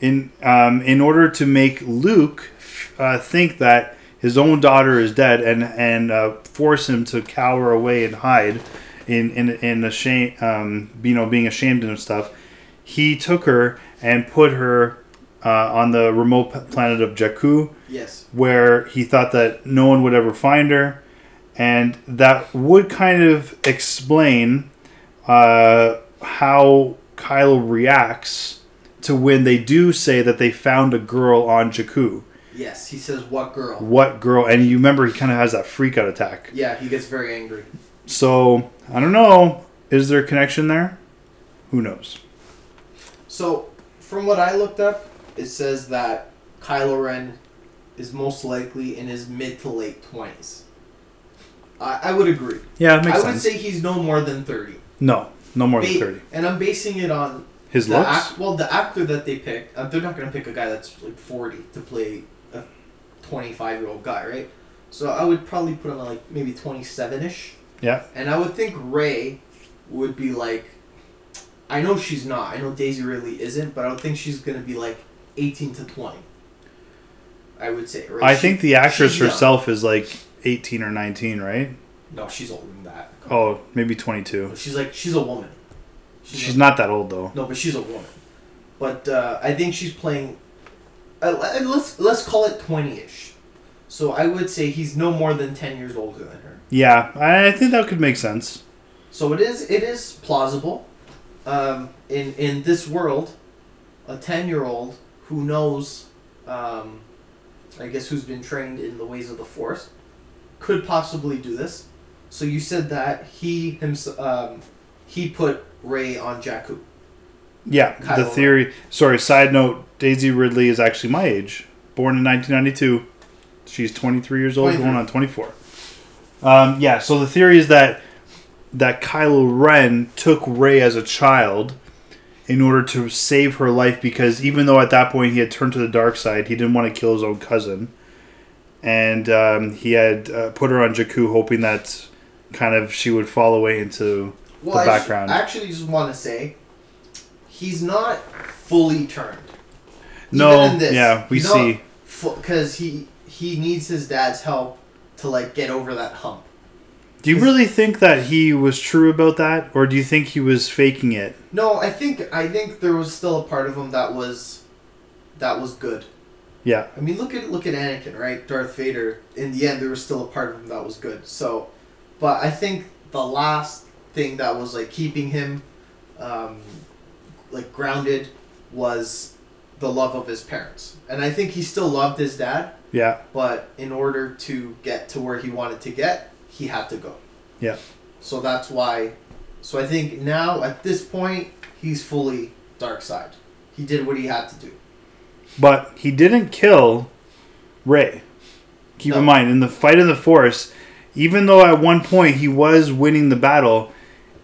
S2: in um, in order to make Luke uh, think that his own daughter is dead and and uh, force him to cower away and hide, in in in the shame, um, you know, being ashamed and stuff, he took her and put her. Uh, on the remote p- planet of Jakku,
S3: Yes.
S2: where he thought that no one would ever find her, and that would kind of explain uh, how Kylo reacts to when they do say that they found a girl on Jakku.
S3: Yes. He says what girl?
S2: What girl? And you remember he kind of has that freak out attack.
S3: Yeah. He gets very angry.
S2: So I don't know. Is there a connection there? Who knows?
S3: So, from what I looked up, it says that Kylo Ren is most likely in his mid to late twenties. I, I would agree.
S2: Yeah, it
S3: I
S2: makes
S3: would
S2: sense.
S3: say he's no more than thirty.
S2: no, no more than
S3: Ba-
S2: thirty.
S3: And I'm basing it on
S2: His
S3: the
S2: looks.
S3: act, well, the actor that they picked. Uh, they're not gonna pick a guy that's like forty to play a twenty-five year old guy, right? So I would probably put him at like maybe twenty-seven ish.
S2: Yeah.
S3: And I would think Ray would be like, I know she's not. I know Daisy really isn't, but I would think she's gonna be like eighteen to twenty. I would say. Right?
S2: I
S3: She-
S2: think the actress
S3: she's young.
S2: herself is like eighteen or nineteen, right?
S3: No, she's older than that.
S2: Oh, maybe twenty-two.
S3: She's like she's a woman.
S2: She's not that old though.
S3: No, but she's a woman. But uh, I think she's playing. Uh, le- let's let's call it twenty-ish. So I would say he's no more than ten years older than her.
S2: Yeah, I I think that could make sense.
S3: So it is it is plausible. Um, in in this world, a ten-year-old who knows, um, I guess, who's been trained in the ways of the Force, could possibly do this. So you said that he himself, um, he put Ray on Jakku.
S2: Yeah,
S3: Kylo
S2: the
S3: Ren.
S2: theory. Sorry, side note. Daisy Ridley is actually my age, born in 1992. She's 23 years old,
S3: 23.
S2: going on 24. Um, yeah, so the theory is that that Kylo Ren took Rey as a child in order to save her life because even though at that point he had turned to the dark side, he didn't want to kill his own cousin. And um, he had uh, put her on Jakku hoping that kind of she would fall away into
S3: Well,
S2: the
S3: I just-
S2: background.
S3: I actually just want to say, he's not fully turned.
S2: No, yeah, we see.
S3: because he he needs his dad's help to like get over that hump.
S2: Do you really think that he was true about that, or do you think he was faking it?
S3: No, I think I think there was still a part of him that was that was good.
S2: Yeah,
S3: I mean, look at look at Anakin, right? Darth Vader. In the end, there was still a part of him that was good. So, but I think the last thing that was like keeping him, um, like grounded, was the love of his parents. And I think he still loved his dad,
S2: yeah,
S3: but in order to get to where he wanted to get, he had to go.
S2: yeah.
S3: So that's why. So I think now at this point, he's fully dark side. He did what he had to do.
S2: But he didn't kill Ray. Keep
S3: No.
S2: in mind, in the fight in the forest, even though at one point he was winning the battle,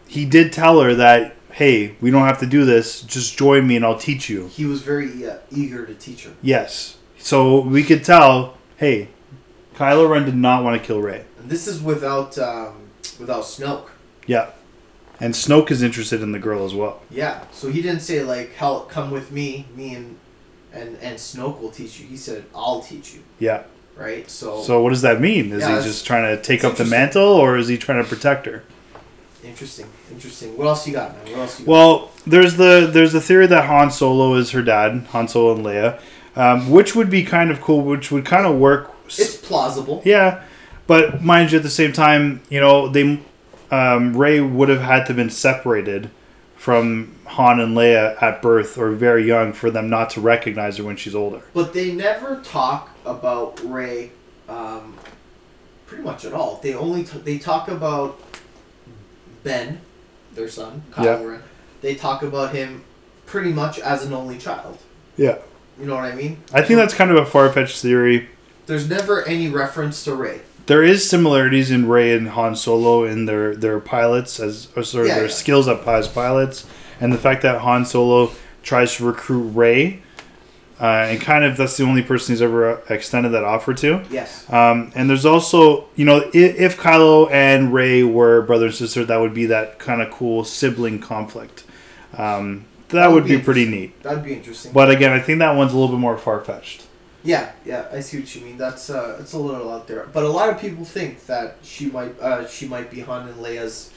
S2: he did tell her that, hey, we don't have to do this, just join me and I'll teach you.
S3: He was very uh, eager to teach her.
S2: Yes. So we could tell, hey, Kylo Ren did not want to kill Ray.
S3: And this is without um, without Snoke.
S2: Yeah. And Snoke is interested in the girl as well.
S3: Yeah. So he didn't say like, "Hell, come with me, me and and and Snoke will teach you." He said, "I'll teach you."
S2: Yeah.
S3: Right. So,
S2: So what does that mean? Is
S3: Yeah,
S2: he
S3: that's-
S2: just trying to take
S3: it's
S2: up the mantle,
S3: interesting.
S2: or is he trying to protect her?
S3: interesting, interesting. What else you got, man? What else you got?
S2: Well, there's the there's the theory that Han Solo is her dad, Han Solo and Leia, um, which would be kind of cool, which would kind of work. s-
S3: it's plausible.
S2: Yeah, but mind you, at the same time, you know they um, Ray would have had to been separated from Han and Leia at birth or very young for them not to recognize her when she's older.
S3: But they never talk about Ray, um, pretty much at all. They only t- they talk about Ben, their son, Kylo
S2: Yeah.
S3: Ren. They talk about him pretty much as an only child.
S2: Yeah,
S3: You know what I mean?
S2: I think that's kind of a far fetched theory.
S3: There's never any reference to Ray.
S2: there is similarities in Ray and Han Solo in their their pilots as or sort of
S3: Yeah,
S2: their
S3: yeah.
S2: skills up as pilots, and the fact that Han Solo tries to recruit Ray, uh, and kind of that's the only person he's ever uh, extended that offer to.
S3: Yes.
S2: Um, and there's also, you know, if, if Kylo and Ray were brother and sister, that would be that kind of cool sibling conflict. Um, that would be pretty neat.
S3: That'd be interesting.
S2: But again, I think that one's a little bit more far fetched.
S3: yeah, yeah, I see what you mean. That's uh, it's a little out there, but a lot of people think that she might uh, she might be Han and Leia's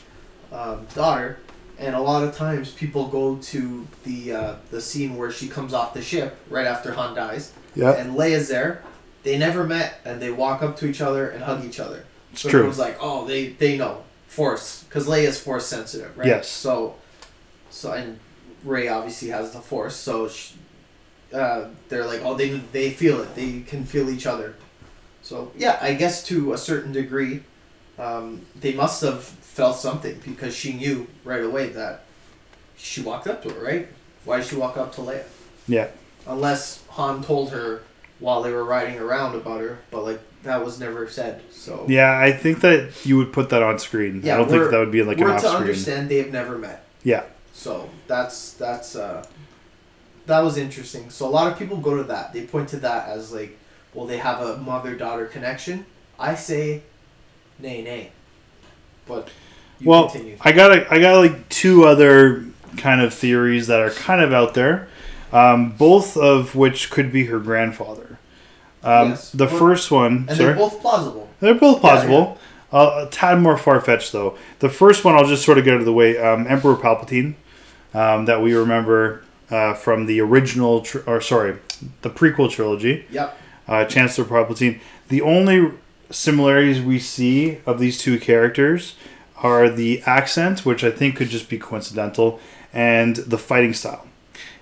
S3: um, daughter, and a lot of times people go to the uh, the scene where she comes off the ship right after Han dies, and Leia's there. They never met, and they walk up to each other and hug each other.
S2: it's
S3: so
S2: true.
S3: everyone's like, oh, they they know force because Leia's force sensitive, right?
S2: Yes.
S3: So, so and Ray obviously has the force, so she, uh, they're like, oh, they they feel it. They can feel each other. So yeah, I guess to a certain degree, um, they must have felt something because she knew right away that she walked up to her, right? Why did she walk up to Leia?
S2: Yeah.
S3: Unless Han told her while they were riding around about her, but like that was never said. So
S2: Yeah, I think that you would put that on screen. I don't think
S3: we're-
S2: that would be like an
S3: we're
S2: off
S3: to
S2: screen.
S3: understand they have never met.
S2: Yeah,
S3: So that's that's uh, that was interesting. So a lot of people go to that. They point to that as like, well, they have a mother daughter connection. I say, nay, nay. But you
S2: well,
S3: continue.
S2: I got a, I got like two other kind of theories that are kind of out there, um, both of which could be her grandfather. Um,
S3: Yes.
S2: The
S3: Well,
S2: first one,
S3: and
S2: sorry,
S3: they're both plausible.
S2: They're both
S3: Yeah,
S2: plausible. Uh, a tad more far fetched, though. The first one I'll just sort of get out of the way um, Emperor Palpatine, um, that we remember uh, from the original, tr- or sorry, the prequel trilogy,
S3: Yep.
S2: uh, Chancellor Palpatine. The only similarities we see of these two characters are the accent, which I think could just be coincidental, and the fighting style.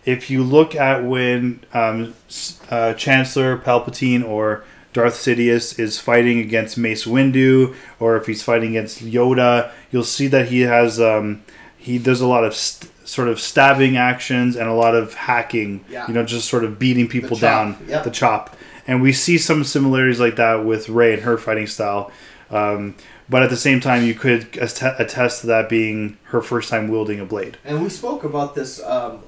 S2: If you look at when um, s- uh, Chancellor Palpatine or Darth Sidious is fighting against Mace Windu, or if he's fighting against Yoda, you'll see that he has um, he does a lot of st- sort of stabbing actions and a lot of hacking.
S3: Yeah.
S2: You know, just sort of beating people
S3: chop,
S2: down.
S3: yep.
S2: The chop. and we see some similarities like that with Ray and her fighting style. Um, but at the same time, you could att- attest to that being her first time wielding a blade.
S3: And we spoke about this. Um,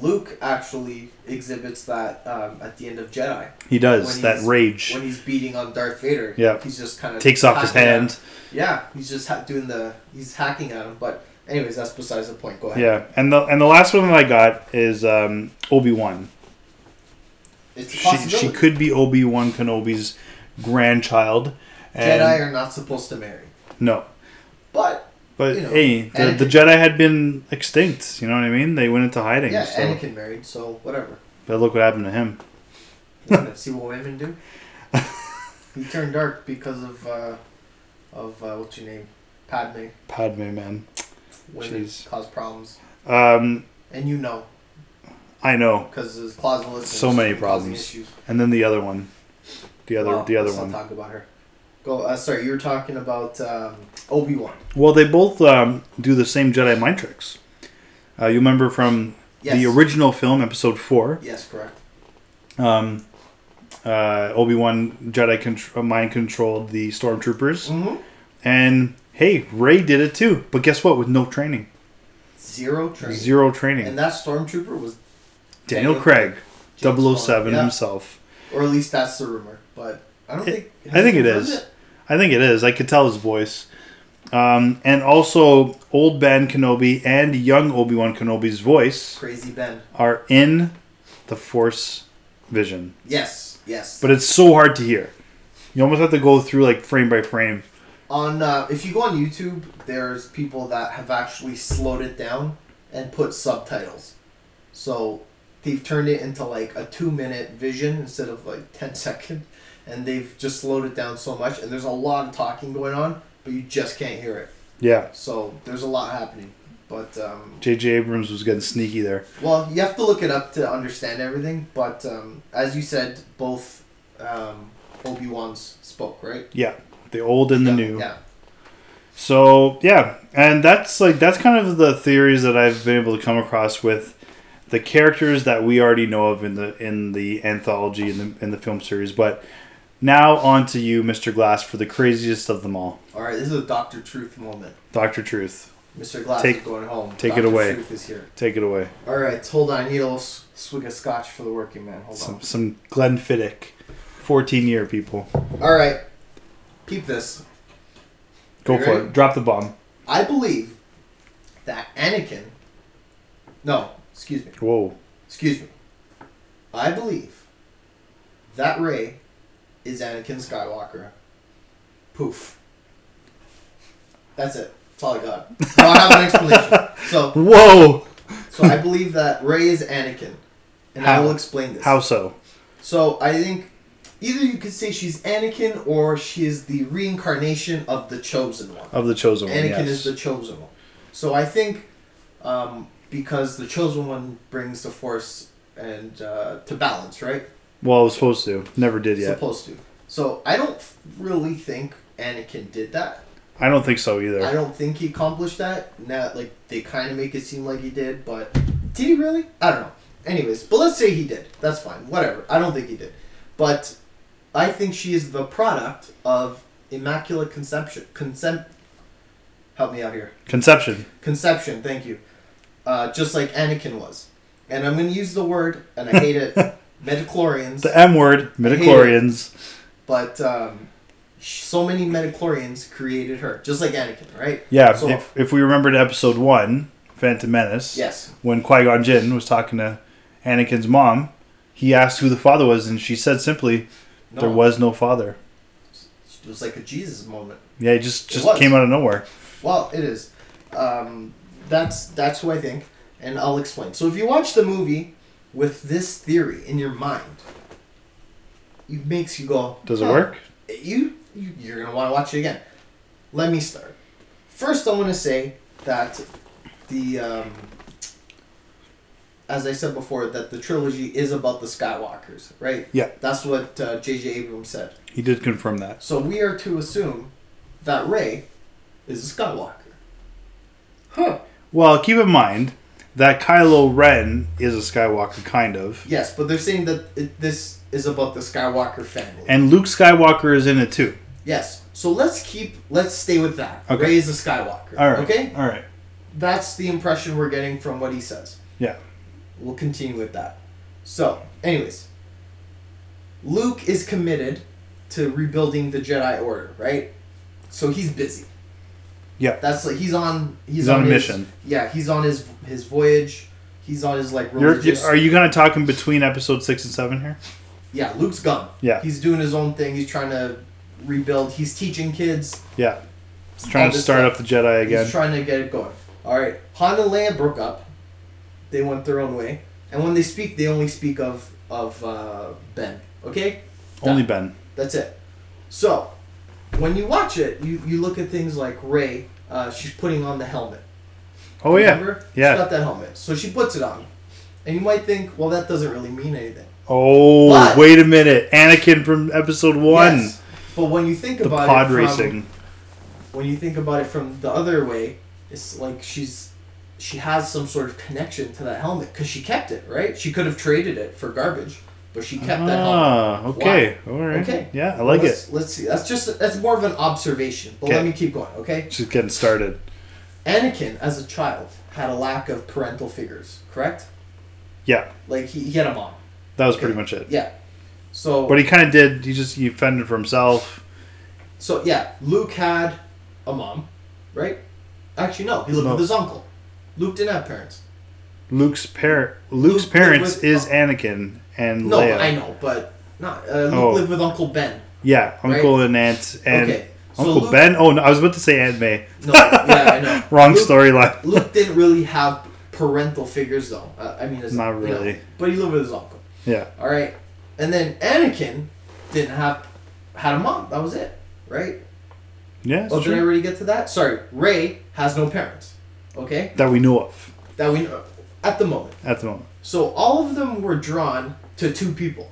S3: Luke actually exhibits that um, at the end of Jedi.
S2: He does
S3: When
S2: that
S3: he's-
S2: rage.
S3: when he's beating on Darth Vader.
S2: Yeah.
S3: he's just kind of
S2: Takes off his hand.
S3: Yeah, he's just ha- doing the he's hacking at him. But anyways, that's besides the point. Go ahead.
S2: Yeah, and the and the last one that I got is um, Obi Wan.
S3: it's a
S2: She she
S3: possibility.
S2: could be Obi Wan Kenobi's grandchild. And
S3: Jedi are not supposed to marry,
S2: no,
S3: but
S2: but
S3: you know,
S2: hey, the, the
S3: Anakin-
S2: Jedi had been extinct. You know what I mean? They went into hiding.
S3: yeah,
S2: so.
S3: Anakin married, so whatever.
S2: But look what happened to him.
S3: Women, see what women do. he turned dark because of uh, of uh, what's your name, Padme.
S2: Padme, man.
S3: Women
S2: Jeez.
S3: cause problems,
S2: Um,
S3: and you know
S2: I know.
S3: because his closet listeners
S2: So many
S3: causing
S2: problems.
S3: Issues.
S2: And then the other one, the other
S3: Well,
S2: the other
S3: let's
S2: one.
S3: Not talk about her. Go. Uh, sorry, you were talking about um, Obi Wan.
S2: Well, they both um, do the same Jedi mind tricks. Uh, you remember from
S3: Yes.
S2: the original film, Episode Four.
S3: Yes, correct.
S2: um, uh, Obi Wan Jedi contr mind controlled the stormtroopers,
S3: Mm-hmm.
S2: and hey, Ray did it too. But guess what? With no training,
S3: Zero training.
S2: zero training.
S3: And that stormtrooper was,
S2: Daniel
S3: Daniel
S2: Craig,
S3: James Bond,
S2: 007
S3: yeah.
S2: himself.
S3: or at least that's the rumor. But I don't
S2: It-
S3: think.
S2: I think it is. I think it is. I could tell his voice. Um, and also, old Ben Kenobi and young Obi Wan Kenobi's voice
S3: Crazy Ben.
S2: are in the Force vision,
S3: Yes. Yes.
S2: but it's so hard to hear. You almost have to go through like frame by frame.
S3: on uh, if you go on YouTube, there's people that have actually slowed it down and put subtitles. So they've turned it into like a two minute vision instead of like 10 second, and they've just slowed it down so much. And there's a lot of talking going on, but you just can't hear it.
S2: Yeah,
S3: So there's a lot happening. But um,
S2: J.J. Abrams was getting sneaky there.
S3: well, you have to look it up to understand everything. But um, as you said, both um, Obi Wan's spoke right.
S2: Yeah, the old and the
S3: yeah,
S2: new.
S3: Yeah.
S2: So yeah, and that's like that's kind of the theories that I've been able to come across with the characters that we already know of in the in the anthology in the in the film series. But now on to you, Mr. Glass, for the craziest of them all,
S3: All right. This is a Doctor Truth moment.
S2: Doctor Truth.
S3: Mr. Glass
S2: Take-
S3: is going home.
S2: take it
S3: Dr.
S2: away.
S3: Seuss is here.
S2: Take it away.
S3: All right, hold on. I need a little s- swig of scotch for the working man. Hold
S2: Some some Glenfiddich, fourteen year people.
S3: on. All right, peep this.
S2: Go
S3: You
S2: for
S3: ready?
S2: it. Drop the bomb.
S3: I believe that Anakin. No, excuse me.
S2: Whoa.
S3: Excuse me. I believe that Ray is Anakin Skywalker. Poof. That's it. That's all I got. No, I have an explanation. So,
S2: Whoa.
S3: so I believe that Ray is Anakin, and I
S2: How?
S3: will explain this.
S2: How so?
S3: So I think either you could say she's Anakin or she is the reincarnation of the chosen one.
S2: Of the chosen one.
S3: Anakin
S2: Oh, yes.
S3: is the chosen one. So I think um, because the chosen one brings the force and uh, to balance, right?
S2: well, I was supposed to. Never did yet.
S3: Supposed to. So I don't really think Anakin did that.
S2: I don't think so either.
S3: I don't think he accomplished that. Now, like they kind of make it seem like he did, but did he really? I don't know. Anyways, but let's say he did. That's fine. Whatever. I don't think he did, but I think she is the product of immaculate conception. Consent. Help me out here.
S2: Conception.
S3: Conception. Thank you. Uh, just like Anakin was, and I'm gonna use the word, and I hate it. Metachlorians.
S2: The e- M word, midichlorians.
S3: But um, sh- so many Metachlorians created her, just like Anakin, right?
S2: Yeah,
S3: So,
S2: if, if we remembered episode one, Phantom Menace,
S3: yes.
S2: when Qui Gon Jinn was talking to Anakin's mom, he asked who the father was, and she said simply, "There
S3: No.
S2: was no father."
S3: It was like a Jesus moment.
S2: Yeah, it just
S3: It
S2: just
S3: was.
S2: came out of nowhere.
S3: Well, it is. Um, that's that's who I think, and I'll explain. So if you watch the movie with this theory in your mind, it makes you go.
S2: Does it
S3: "Huh."
S2: work?
S3: You, you you're gonna want to watch it again. Let me start. First, I want to say that the um, as I said before, that the trilogy is about the Skywalkers, right?
S2: Yeah.
S3: That's what uh, J.J. Abrams said.
S2: He did confirm that.
S3: So we are to assume that Ray is a Skywalker. Huh.
S2: Well, keep in mind that Kylo Ren is a Skywalker, kind of,
S3: Yes, but they're saying that it, this is about the Skywalker family.
S2: and Luke Skywalker is in it too.
S3: yes. So let's keep let's stay with that.
S2: Okay.
S3: Ray is a Skywalker.
S2: All right.
S3: Okay?
S2: All right.
S3: That's the impression we're getting from what he says.
S2: Yeah.
S3: We'll continue with that. So, anyways. Luke is committed to rebuilding the Jedi Order, right? So he's busy.
S2: Yeah.
S3: That's like he's on he's,
S2: He's on a
S3: his-
S2: mission.
S3: Yeah, he's on his his voyage. He's on his like
S2: You're,
S3: religious.
S2: are you going to talk in between episode six and seven here?
S3: yeah, Luke's gone.
S2: Yeah.
S3: he's doing his own thing. He's trying to rebuild. He's teaching kids.
S2: Yeah. Trying to start up the Jedi again.
S3: Oh, He's trying to get it going. All right, Han and Leia broke up. They went their own way, and when they speak, they only speak of of uh, Ben. Okay,
S2: Only Ben.
S3: That's it. So, when you watch it, you, you look at things like Ray. Uh, she's putting on the helmet.
S2: Oh yeah.
S3: Remember? She's
S2: Yeah.
S3: got that helmet. So she puts it on. And you might think, well, that doesn't really mean anything.
S2: Oh
S3: But-
S2: wait a minute, Anakin from episode one.
S3: Yes. But when you think
S2: The
S3: about
S2: pod
S3: it from,
S2: racing.
S3: when you think about it from the other way, it's like she's she has some sort of connection to that helmet because she kept it, right? She could have traded it for garbage, but she kept that helmet.
S2: Ah, okay. All right.
S3: Okay.
S2: Yeah, I like
S3: let's,
S2: it.
S3: Let's see. That's just that's more of an observation. But let
S2: Okay.
S3: me keep going, okay?
S2: She's getting started.
S3: Anakin, as a child, had a lack of parental figures, correct?
S2: Yeah,
S3: Like, he, he had a mom.
S2: that was pretty much it.
S3: Yeah. So,
S2: But he kind of did. He just he fended for himself.
S3: so yeah, Luke had a mom, right? Actually, no, he lived
S2: No.
S3: with his uncle. Luke didn't have parents.
S2: Luke's par Luke's
S3: Luke
S2: parents
S3: was-
S2: is Anakin and
S3: No,
S2: Leia.
S3: I know, but not. Uh, Luke
S2: Oh.
S3: lived with Uncle Ben.
S2: Yeah, uncle and aunt and
S3: Okay, so
S2: Uncle
S3: Luke-
S2: Ben. Oh, no, I was about to say Aunt May.
S3: No, yeah, I know.
S2: Wrong
S3: Luke-
S2: storyline.
S3: Luke didn't really have parental figures, though. Uh, I mean, as,
S2: Not
S3: you know,
S2: really.
S3: but he lived with his uncle.
S2: Yeah,
S3: All right, and then Anakin didn't have had a mom. That was it, right?
S2: yeah, it's
S3: Oh, did I
S2: true.
S3: already get to that? Sorry. Ray has no parents. Okay?
S2: that we know of
S3: That we know at the moment.
S2: at the moment.
S3: So all of them were drawn to two people.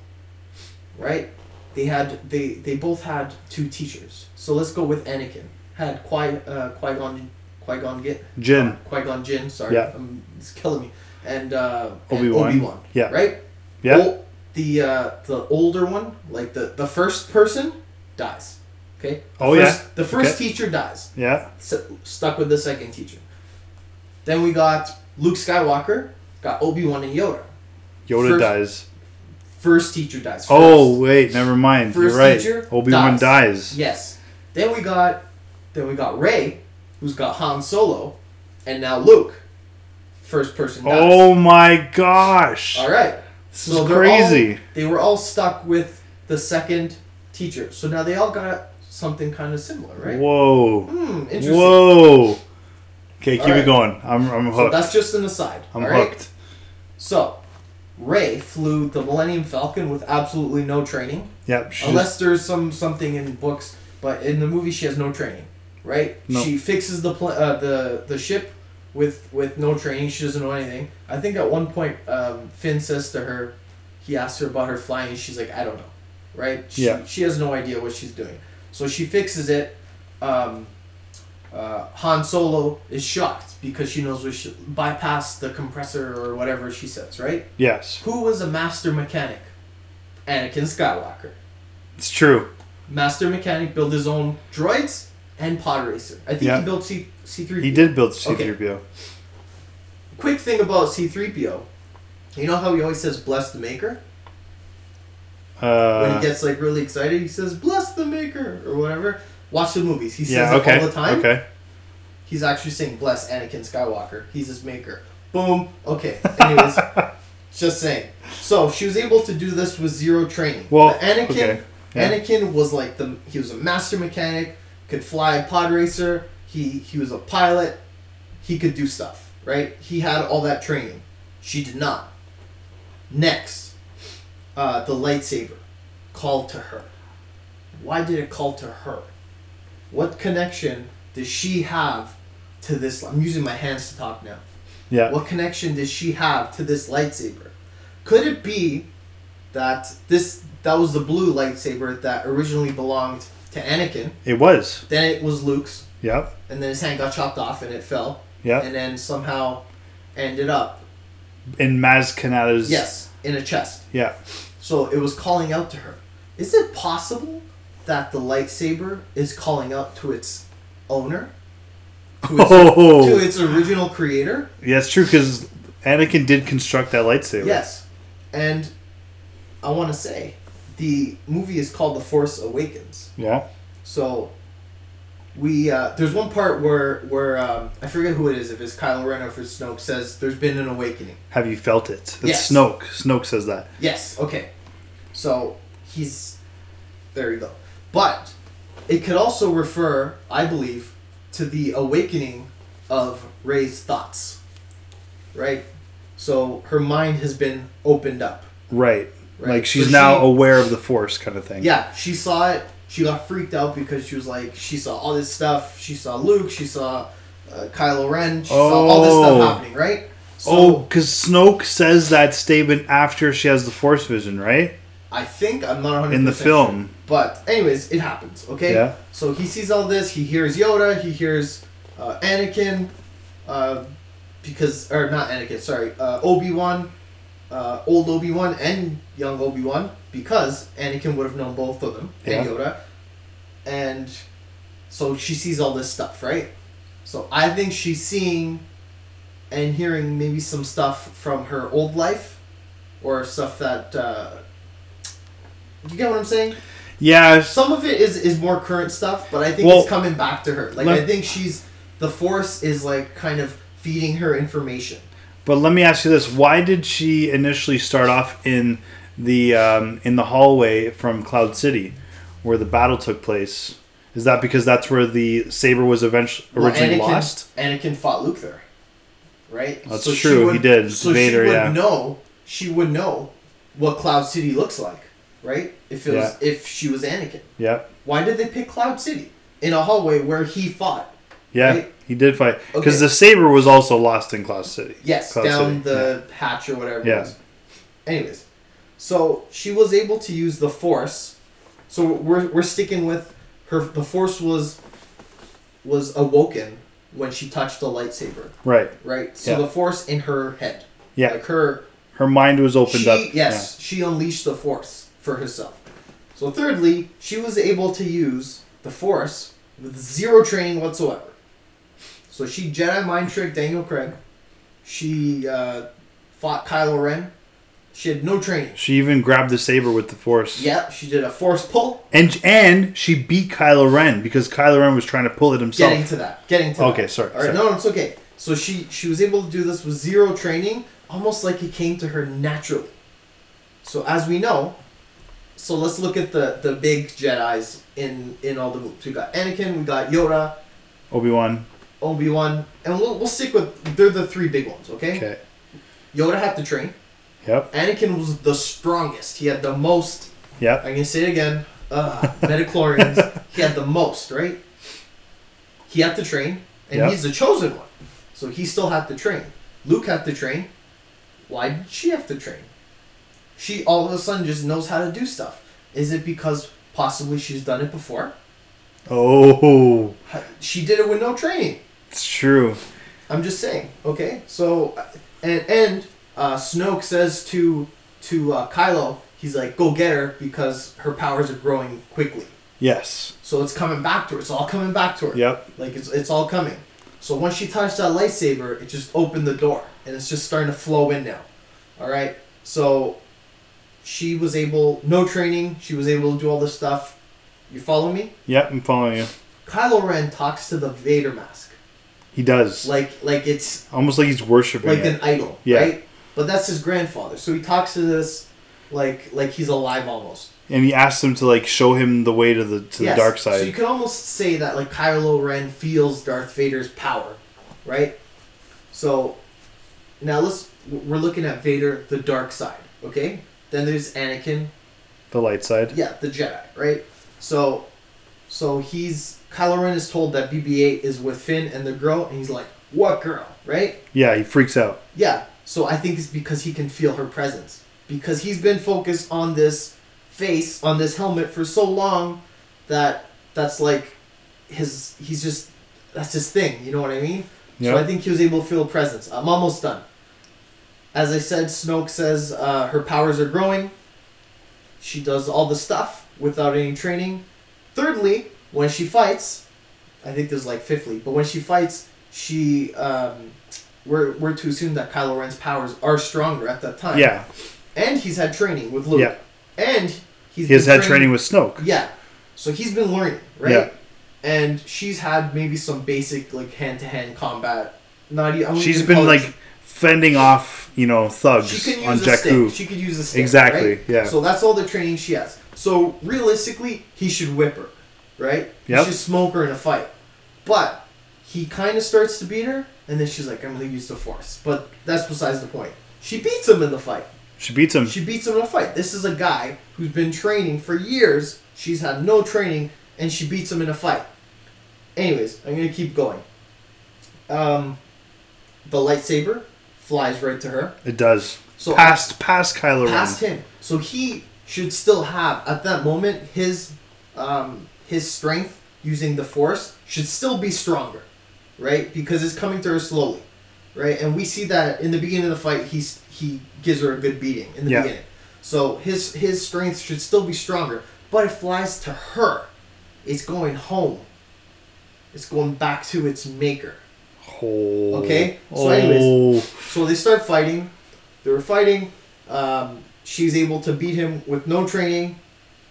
S3: Right? They had they they both had two teachers. So let's go with Anakin. Had Qui uh Qui Gon Qui Gon Git
S2: Jin.
S3: Qui Gon Jin, sorry.
S2: Yeah.
S3: Um, it's killing me. And uh
S2: Obi-Wan.
S3: Obi Wan.
S2: Yeah.
S3: Right?
S2: Yeah,
S3: Ol- the uh, the older one, like the, the first person, dies. Okay? The
S2: Oh, yeah.
S3: first, The first
S2: Okay.
S3: teacher dies
S2: yeah,
S3: s- stuck with the second teacher. Then we got Luke Skywalker, got Obi Wan and Yoda.
S2: Yoda
S3: First-
S2: dies.
S3: First teacher dies. First.
S2: Oh wait, never mind. you You're
S3: First
S2: right.
S3: teacher
S2: Obi Wan
S3: dies.
S2: dies.
S3: yes. Then we got, then we got Ray, who's got Han Solo, and now Luke. First person dies.
S2: Oh my gosh,
S3: All right.
S2: this
S3: So
S2: is
S3: they're all-
S2: crazy.
S3: they were all stuck with the second teacher. So now they all got something kind of similar, right?
S2: Whoa,
S3: Hmm, interesting.
S2: whoa. Okay, keep
S3: All right.
S2: it going. I'm I'm
S3: So
S2: hooked.
S3: that's just an aside.
S2: I'm
S3: all right?
S2: hooked.
S3: So, Ray flew the Millennium Falcon with absolutely no training,
S2: Yep. she's-
S3: unless there's some something in books. But in the movie, she has no training, right?
S2: No.
S3: She fixes the pl- uh, the the ship with with no training. She doesn't know anything. I think at one point, um, Finn says to her, he asks her about her flying. and She's like, I don't know, right? She,
S2: Yeah.
S3: She has no idea what she's doing. So she fixes it. Um, uh, Han Solo is shocked because she knows we should bypass the compressor or whatever she says, right?
S2: yes,
S3: Who was a master mechanic? Anakin Skywalker.
S2: it's true.
S3: Master mechanic built his own droids and pod racer. I think
S2: Yeah.
S3: he built C C three.
S2: He did build C-3PO.
S3: Quick thing about C three PO. You know how he always says "bless the maker" when
S2: Uh,
S3: he gets like really excited. He says "bless the maker" or whatever. Watch the movies. He says
S2: yeah.
S3: it
S2: Okay.
S3: all the time.
S2: Okay.
S3: He's actually saying "bless Anakin Skywalker." He's his maker. Boom. Okay. Anyways, just saying. So she was able to do this with zero training.
S2: Well,
S3: But Anakin,
S2: okay, yeah.
S3: Anakin was like the he was a master mechanic, could fly a pod racer. He he was a pilot. He could do stuff. Right. He had all that training. She did not. Next, uh, the lightsaber called to her. Why did it call to her? What connection does she have to this? I'm using my hands to talk now.
S2: Yeah.
S3: What connection does she have to this lightsaber? Could it be that this that was the blue lightsaber that originally belonged to Anakin?
S2: It was.
S3: Then it was Luke's,
S2: Yep.
S3: and then his hand got chopped off and it fell.
S2: Yeah.
S3: And then somehow ended up
S2: in Maz Kanata's.
S3: yes in a chest.
S2: Yeah.
S3: So it was calling out to her. Is it possible that the lightsaber is calling out to its owner? To its,
S2: Oh.
S3: to its original creator?
S2: Yeah, it's true because Anakin did construct that lightsaber.
S3: Yes. And I want to say the movie is called The Force Awakens.
S2: Yeah.
S3: So we uh, there's one part where where um, I forget who it is if it's Kylo Ren or if it's Snoke says there's been an awakening.
S2: Have you felt it? That's
S3: Yes.
S2: Snoke. Snoke says that.
S3: Yes. Okay. So he's there. You go. But it could also refer, I believe, to the awakening of Ray's thoughts. Right. So her mind has been opened up.
S2: Right.
S3: Right.
S2: Like she's
S3: So
S2: now
S3: she-
S2: aware of the Force, kind of thing.
S3: Yeah, she saw it. She got freaked out because she was like, she saw all this stuff. She saw Luke. She saw uh, Kylo Ren. She saw all this
S2: Oh.
S3: stuff happening, right? So
S2: oh, because Snoke says that statement after she has the Force vision, right?
S3: I think I'm not 100
S2: In the film.
S3: But anyways, it happens. Okay.
S2: Yeah.
S3: So he sees all this. He hears Yoda. He hears uh, Anakin, uh, because or not Anakin. Sorry, uh, Obi Wan, uh, old Obi Wan and young Obi Wan, because Anakin would have known both of them and
S2: Yeah.
S3: Yoda, and so she sees all this stuff, right? So I think she's seeing and hearing maybe some stuff from her old life, or stuff that. Uh, you get what I'm saying?
S2: Yeah. s-
S3: some of it is is more current stuff, but I think
S2: Well,
S3: it's coming back to her. Like
S2: let-
S3: I think she's the force is like kind of feeding her information.
S2: But let me ask you this: Why did she initially start off in the um, in the hallway from Cloud City, where the battle took place? Is that because that's where the saber was eventually originally
S3: Anakin,
S2: lost?
S3: Anakin fought Luke there, right?
S2: That's true, he did.
S3: So
S2: Vader,
S3: she would
S2: yeah.
S3: know. She would know what Cloud City looks like, right? If it was if she was Anakin,
S2: Yeah.
S3: why did they pick Cloud City in a hallway where he fought?
S2: Yeah,
S3: Right?
S2: he did fight because
S3: Okay.
S2: the saber was also lost in Cloud City.
S3: Yes,
S2: Cloud
S3: down
S2: City,
S3: the hatch or whatever.
S2: Yeah.
S3: It was. Anyways, so she was able to use the force. So we're, we're sticking with her. The force was was awoken when she touched the lightsaber,
S2: Right.
S3: right? So
S2: Yeah.
S3: the force in her head,
S2: Yeah.
S3: like her
S2: Her mind was opened
S3: she,
S2: up.
S3: Yes, she unleashed the force for herself. So thirdly, she was able to use the force with zero training whatsoever. So she Jedi mind tricked Daniel Craig. She uh, fought Kylo Ren. She had no training.
S2: Yeah. She even grabbed the saber with the force.
S3: Yeah, she did a force pull.
S2: And and she beat Kylo Ren because Kylo Ren was trying to pull it himself.
S3: Getting to that. Getting to
S2: Okay,
S3: that.
S2: sorry,
S3: All right,
S2: sorry.
S3: no, no, it's okay. So she she was able to do this with zero training, almost like it came to her naturally. So as we know, so let's look at the the big Jedi's in in all the movies. We got Anakin, we got Yoda,
S2: Obi Wan.
S3: Obi Wan, and we'll we'll stick with they're the three big ones. Okay.
S2: Okay.
S3: Yoda had to train.
S2: Yep.
S3: Anakin was the strongest. He had the most
S2: Yep.
S3: I'm gonna say it again. Uh, Metachlorians. he had the most, right? He had to train, and
S2: Yep.
S3: he's the chosen one, so he still had to train. Luke had to train. Why did she have to train? She all of a sudden just knows how to do stuff. Is it because possibly she's done it before?
S2: Oh,
S3: She did it with no training.
S2: it's true.
S3: I'm just saying. Okay, so uh, and and uh, Snoke says to to uh, Kylo, he's like, "Go get her because her powers are growing quickly."
S2: Yes.
S3: So it's coming back to her. It's all coming back to her.
S2: Yep.
S3: Like it's it's all coming. So once she touched that lightsaber, it just opened the door, and it's just starting to flow in now. All right. So she was able, no training. She was able to do all this stuff. You follow me?
S2: Yep. I'm following you.
S3: Kylo Ren talks to the Vader mask,
S2: He does.
S3: like like it's
S2: Almost like he's worshiping
S3: like
S2: it.
S3: an idol,
S2: Yeah.
S3: right? But that's his grandfather, so he talks to this like like he's alive almost.
S2: and he asks him to like show him the way to the to
S3: Yes,
S2: the dark
S3: So you
S2: side.
S3: could almost say that like Kylo Ren feels Darth Vader's power, right? So now let's we're looking at Vader, the dark side, okay? Then there's Anakin,
S2: the light side.
S3: yeah, the Jedi, right? So so he's Kylo Ren is told that BB-8 is with Finn and the girl, and he's like, "What girl?" Right?
S2: Yeah. He freaks out.
S3: Yeah. So I think it's because he can feel her presence. Because he's been focused on this face, on this helmet for so long that that's like his he's just that's his thing, you know what I mean?
S2: Yeah.
S3: So I think he was able to feel a presence. I'm almost done. As I said, Snoke says uh, her powers are growing. She does all the stuff without any training. Thirdly, when she fights, I think there's like fifthly, but when she fights, she um, we're, we're to assume that Kylo Ren's powers are stronger at that time.
S2: Yeah.
S3: And he's had training with Luke.
S2: Yeah.
S3: And he's
S2: He has
S3: been
S2: had training with Snoke.
S3: yeah. So he's been learning, right?
S2: Yeah.
S3: And she's had maybe some basic like hand to hand combat. Not even, I wouldn't
S2: She's
S3: even
S2: been
S3: call it-
S2: like fending off, you know, thugs
S3: she can
S2: on
S3: use a stick.
S2: Jakku.
S3: She could use a stick.
S2: Exactly,
S3: right?
S2: yeah.
S3: So that's all the training she has. So realistically, he should whip her, right?
S2: Yep.
S3: He should smoke her in a fight. But he kind of starts to beat her, and then she's like, "I'm gonna use the force." But that's besides the point. She beats him in the fight.
S2: She beats him.
S3: She beats him in a fight. This is a guy who's been training for years. She's had no training, and she beats him in a fight. Anyways, I'm gonna keep going. Um, the lightsaber flies right to her,
S2: It does.
S3: So- uh,
S2: past past Kylo
S3: past
S2: Ren.
S3: him. So he should still have at that moment his um, his strength using the force should still be stronger, right? Because it's coming to her slowly, right? And we see that in the beginning of the fight, he's he gives her a good beating in the
S2: Yeah.
S3: beginning. So his his strength should still be stronger, but it flies to her. It's going home. It's going back to its maker.
S2: Oh.
S3: Okay,
S2: oh.
S3: so anyways- So they start fighting. They were fighting. Um, she's able to beat him with no training.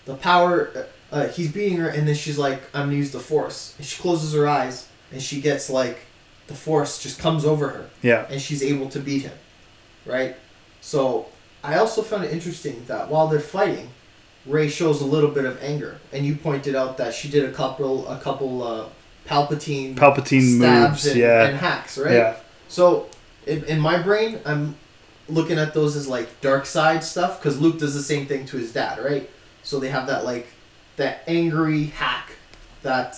S3: The power. Uh, uh, he's beating her, and then she's like, "I'm gonna use the force." And she closes her eyes, and she gets like, the force just comes over her,
S2: Yeah.
S3: and she's able to beat him, right? So I also found it interesting that while they're fighting, Ray shows a little bit of anger, and you pointed out that she did a couple, a couple uh, Palpatine,
S2: Palpatine moves,
S3: and,
S2: yeah.
S3: and hacks, right?
S2: Yeah.
S3: So, in, in my brain, I'm looking at those as like dark side stuff because Luke does the same thing to his dad, right? So they have that like that angry hack, that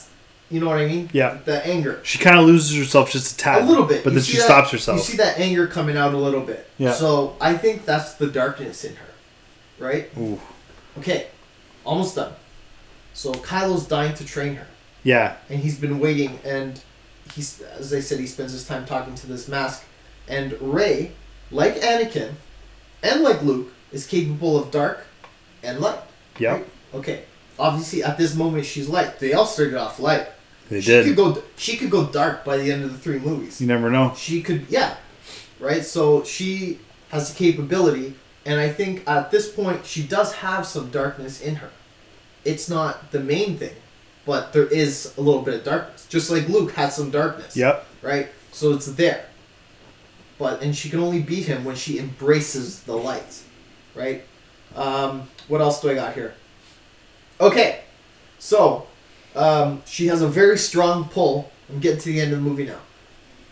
S3: you know what I mean?
S2: Yeah.
S3: The anger.
S2: She kind of loses herself just a tad.
S3: A little bit,
S2: But
S3: You
S2: then
S3: see
S2: she
S3: that-
S2: stops
S3: You
S2: herself.
S3: see that anger coming out a little bit.
S2: Yeah.
S3: So I think that's the darkness in her, right?
S2: Ooh.
S3: Okay, almost done. So Kylo's dying to train her
S2: Yeah.
S3: and he's been waiting and he's as I said he spends his time talking to this mask and Ray like Anakin and like Luke is capable of dark and light.
S2: Yep.
S3: right? Okay. Obviously at this moment she's light. They all started off light.
S2: They
S3: she
S2: did.
S3: could go she could go dark by the end of the three movies
S2: you never know.
S3: she could yeah right so she has the capability and i think at this point she does have some darkness in her it's not the main thing but there is a little bit of darkness just like luke had some darkness
S2: Yep.
S3: right so it's there but and she can only beat him when she embraces the light right um, what else do i got here okay so um, she has a very strong pull i'm getting to the end of the movie now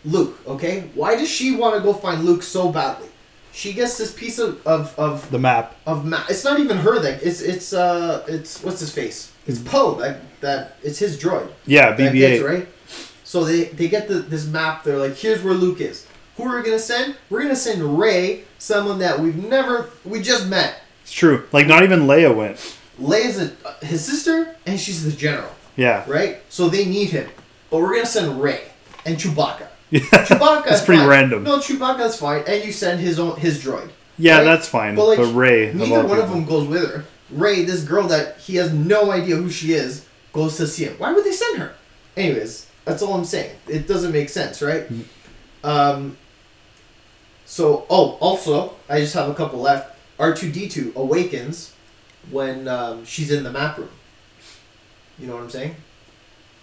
S3: Luke, okay? Why does she want to go find Luke so badly? She gets this piece of of of,
S2: The map.
S3: of ma- it's not even her that it's it's uh it's what's his face? It's Poe that that it's his droid.
S2: Yeah,
S3: that gets,
S2: BB-8.
S3: right? So they they get the, this map. They're like, here's where Luke is. Who are we gonna send? We're gonna send Ray, someone that we've never we just met.
S2: It's true. Like not even Leia went.
S3: Leia's a, his sister, and she's the general
S2: Yeah.
S3: right? So they need him, but we're gonna send Ray and Chewbacca. Chewbacca.
S2: That's
S3: is
S2: pretty
S3: fine.
S2: random.
S3: No, Chewbacca's fine, and you send his own his droid.
S2: Yeah, that's fine, but Rey, of
S3: neither
S2: all
S3: one of
S2: people.
S3: them goes with her. Ray, this girl that he has no idea who she is, goes to see him. Why would they send her? Anyways, that's all I'm saying. It doesn't make sense, right?
S2: Mm.
S3: Um. So, oh, also, I just have a couple left. R two D two awakens when um, she's in the map room. You know what I'm saying?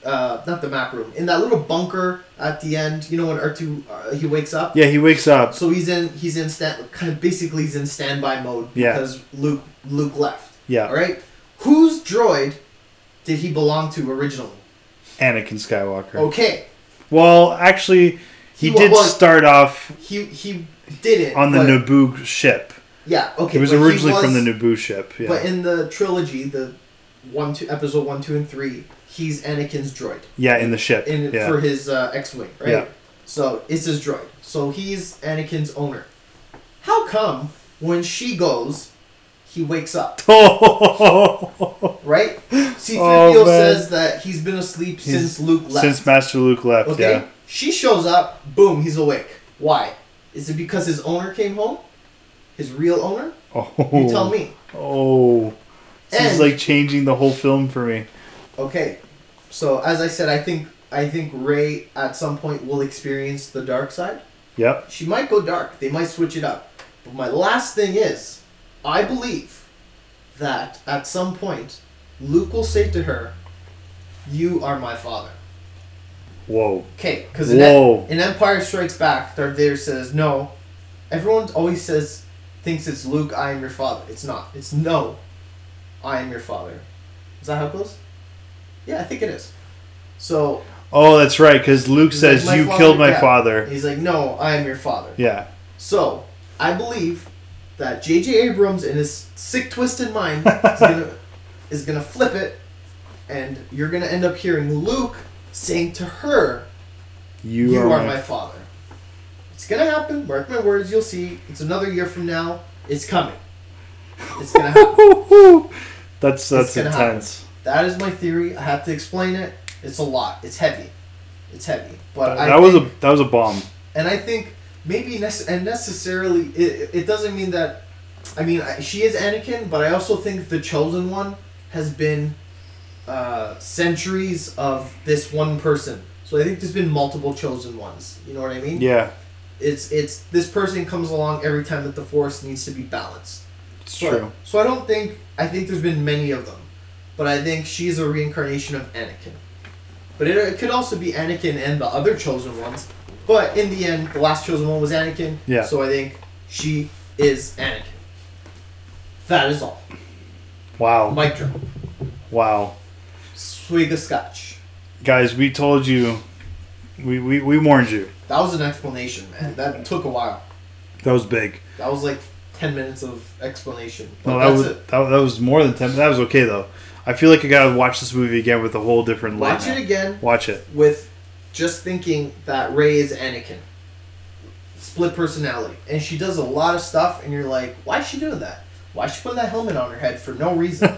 S3: Uh, not the map room. In that little bunker at the end, you know when R two uh, he wakes up.
S2: Yeah, he wakes up.
S3: So he's in he's in stand kind of basically he's in standby mode
S2: Yeah.
S3: because Luke Luke left.
S2: Yeah.
S3: All right. Whose droid did he belong to originally?
S2: Anakin Skywalker.
S3: Okay.
S2: Well, actually, he,
S3: He wa-
S2: did
S3: was-
S2: start off
S3: He he did it
S2: on the
S3: but-
S2: Naboo ship.
S3: Yeah. Okay.
S2: He was
S3: but
S2: originally
S3: was-
S2: from the Naboo ship. Yeah.
S3: But in the trilogy, the one two episode one two and three, he's Anakin's droid.
S2: yeah, in the ship.
S3: in
S2: yeah.
S3: for his uh, X-wing, right?
S2: Yeah.
S3: So it's his droid. So he's Anakin's owner. How come when she goes, he wakes up,
S2: oh,
S3: right? C-3PO
S2: Oh, man.
S3: says that he's been asleep since Luke left.
S2: since Master Luke left.
S3: okay,
S2: Yeah.
S3: She shows up, boom, he's awake. Why? Is it because his owner came home? His real owner?
S2: Oh,
S3: You tell me.
S2: Oh, this is
S3: And-
S2: like changing the whole film for me.
S3: Okay. So as I said, I think I think Ray at some point will experience the dark side.
S2: Yep.
S3: She might go dark. They might switch it up. But my last thing is, I believe that at some point Luke will say to her, "You are my father."
S2: Whoa.
S3: Okay, because in, Em-
S2: Whoa.
S3: in Empire Strikes Back, Darth Vader says no. Everyone always says, thinks it's Luke, I am your father. It's not. It's no, I am your father. Is that how it goes? Yeah, I think it is. So
S2: Oh, that's right. Because Luke
S3: he's
S2: says,
S3: like,
S2: "You
S3: father-
S2: killed my
S3: yeah.
S2: father."
S3: He's like, no, I am your father.
S2: Yeah.
S3: So I believe that J.J. Abrams, in his sick, twisted mind, is gonna is gonna flip it, and you're gonna end up hearing Luke saying to her,
S2: You,
S3: you are, my father. It's gonna happen. Mark my words. You'll see. It's another year from now. It's coming. It's gonna happen.
S2: that's that's
S3: gonna happen.
S2: intense.
S3: that is my theory. I have to explain it. It's a lot. It's heavy. It's heavy. But I
S2: that was a
S3: think-
S2: that was a bomb.
S3: and I think maybe nece- and necessarily it, it doesn't mean that. I mean, I, she is Anakin, but I also think the chosen one has been uh, centuries of this one person. So I think there's been multiple chosen ones. You know what I mean?
S2: Yeah.
S3: it's it's this person comes along every time that the force needs to be balanced.
S2: It's
S3: So,
S2: true.
S3: So I don't think I think there's been many of them, but I think she's a reincarnation of Anakin. But it, it could also be Anakin and the other chosen ones. But in the end, the last chosen one was Anakin.
S2: Yeah.
S3: So I think she is Anakin. That is all.
S2: Wow.
S3: Mic drop.
S2: wow.
S3: Swig of scotch.
S2: Guys, we told you. We, we, we warned you.
S3: That was an explanation, man. That took a while.
S2: That was big.
S3: That was like ten minutes of explanation. But
S2: No, that
S3: that's
S2: was
S3: it.
S2: that, that was more than ten. That was okay though. I feel like I gotta watch this movie again with a whole different light.
S3: Watch
S2: now.
S3: it again.
S2: Watch it.
S3: with just thinking that Ray is Anakin. Split personality. And she does a lot of stuff, and you're like, why is she doing that? Why is she putting that helmet on her head for no reason?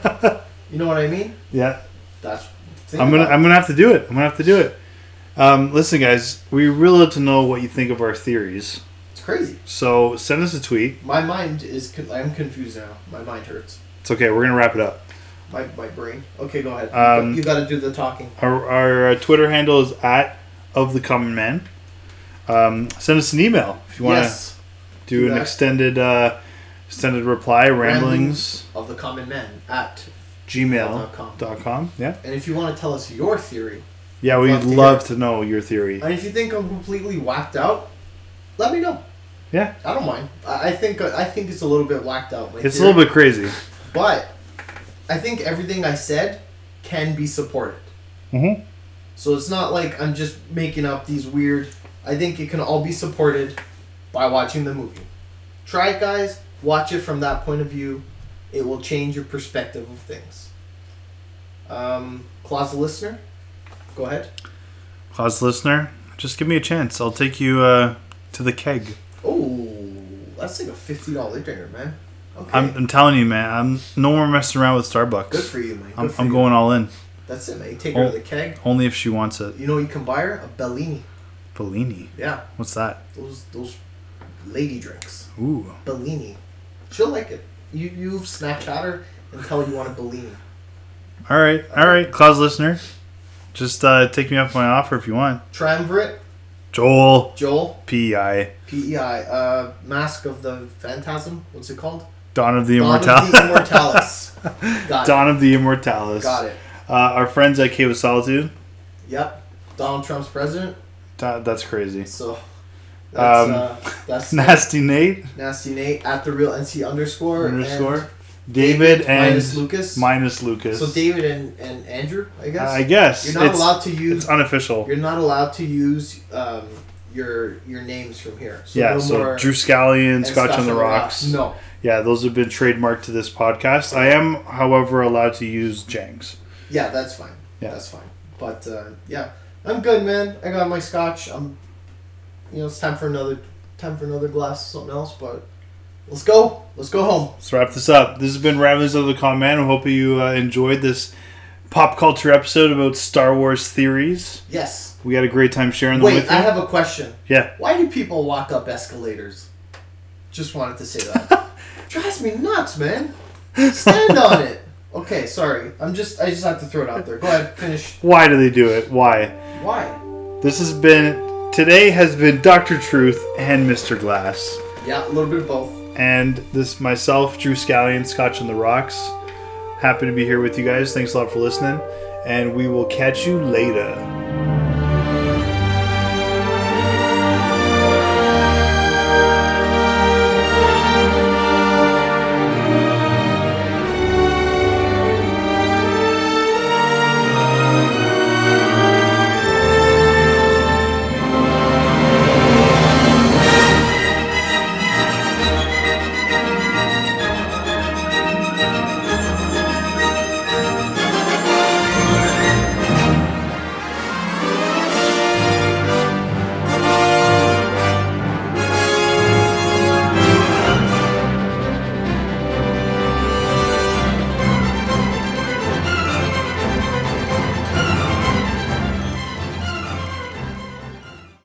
S3: you know what I mean?
S2: Yeah.
S3: That's. think
S2: I'm gonna
S3: about it.
S2: I'm gonna have to do it. I'm gonna have to do it. Um, listen, guys, we really love to know what you think of our theories.
S3: It's crazy.
S2: So send us a tweet.
S3: My mind is. Con- I'm confused now. My mind hurts.
S2: It's okay. We're gonna wrap it up.
S3: My, my brain. Okay, go ahead.
S2: Um,
S3: you got to do the talking.
S2: Our, our uh, Twitter handle is at of the common man. Um, send us an email if you want to
S3: Yes.
S2: do,
S3: do
S2: an
S3: that.
S2: extended uh, extended reply ramblings,
S3: Of the common man at.
S2: gmail.com. Yeah,
S3: And if you want to tell us your theory,
S2: yeah, we'd
S3: Love
S2: love,
S3: to
S2: to know your theory.
S3: and if you think I'm completely whacked out, let me know.
S2: Yeah,
S3: I don't mind. I I think uh, I think it's a little bit whacked out. my
S2: it's a
S3: theory.
S2: little bit crazy.
S3: but I think everything I said can be supported.
S2: Mhm.
S3: So it's not like I'm just making up these weird. I think it can all be supported by watching the movie. Try it, guys. Watch it from that point of view. It will change your perspective of things. Um, closet listener, go ahead.
S2: Claus listener, just give me a chance. I'll take you uh, to the keg.
S3: Oh, that's like a fifty dollar dinner, man. Okay.
S2: I'm, I'm telling you, man. I'm no more messing around with Starbucks.
S3: Good for you, man. Good
S2: I'm,
S3: for
S2: I'm
S3: you.
S2: going all in.
S3: That's it, mate. Take her
S2: Oh.
S3: to the keg.
S2: Only if she wants it.
S3: You know, what you can buy her a Bellini.
S2: Bellini.
S3: Yeah,
S2: What's that?
S3: those those lady drinks.
S2: Ooh.
S3: Bellini. She'll like it. You you Snapchat her and tell her you want a Bellini.
S2: All right. All right, Claus listener. Just uh, take me off my offer if you want.
S3: Triumvirate,
S2: Joel
S3: Joel,
S2: P.I.
S3: PEI, uh, Mask of the Phantasm. What's it called?
S2: Dawn of the
S3: Dawn
S2: Immortalis.
S3: of the Immortalis. Got
S2: Dawn of the Immortalis.
S3: it. Got it.
S2: Uh, our friends at Cave of Solitude.
S3: Yep. Donald Trump's president.
S2: Da- that's crazy.
S3: So that's
S2: Um,
S3: uh, that's
S2: Nasty Nate.
S3: nasty Nate at the real NC underscore and
S2: Underscore. David and
S3: minus Lucas.
S2: minus Lucas.
S3: so David and, and Andrew, I guess.
S2: I guess.
S3: You're not
S2: it's,
S3: allowed to use
S2: It's unofficial.
S3: You're not allowed to use um, your your names from here. So
S2: yeah,
S3: no
S2: so
S3: more-
S2: Drew Scallion,
S3: and
S2: Scotch
S3: stuff
S2: on the Rocks.
S3: No,
S2: Yeah, those have been trademarked to this podcast. I am, however, allowed to use Jangs.
S3: yeah, that's fine.
S2: Yeah.
S3: that's fine. But uh, yeah, I'm good, man. I got my scotch. I'm, you know, it's time for another time for another glass of something else. But let's go. Let's go home.
S2: Let's wrap this up. This has been Ramblings of the Con Man. I hope you uh, enjoyed this pop culture episode about Star Wars theories.
S3: Yes.
S2: We had a great time sharing them
S3: Wait,
S2: with you.
S3: I have a question.
S2: yeah.
S3: Why do people walk up escalators? Just wanted to say that. Drives me nuts, man. Stand on it. Okay, sorry. I'm just. I just have to throw it out there. Go ahead. Finish.
S2: Why do they do it? Why?
S3: Why?
S2: This has been today has been Doctor Truth and Mr. Glass.
S3: Yeah, a little bit of both.
S2: and this myself, Drew Scallion, Scotch on the Rocks. Happy to be here with you guys. Thanks a lot for listening, and we will catch you later.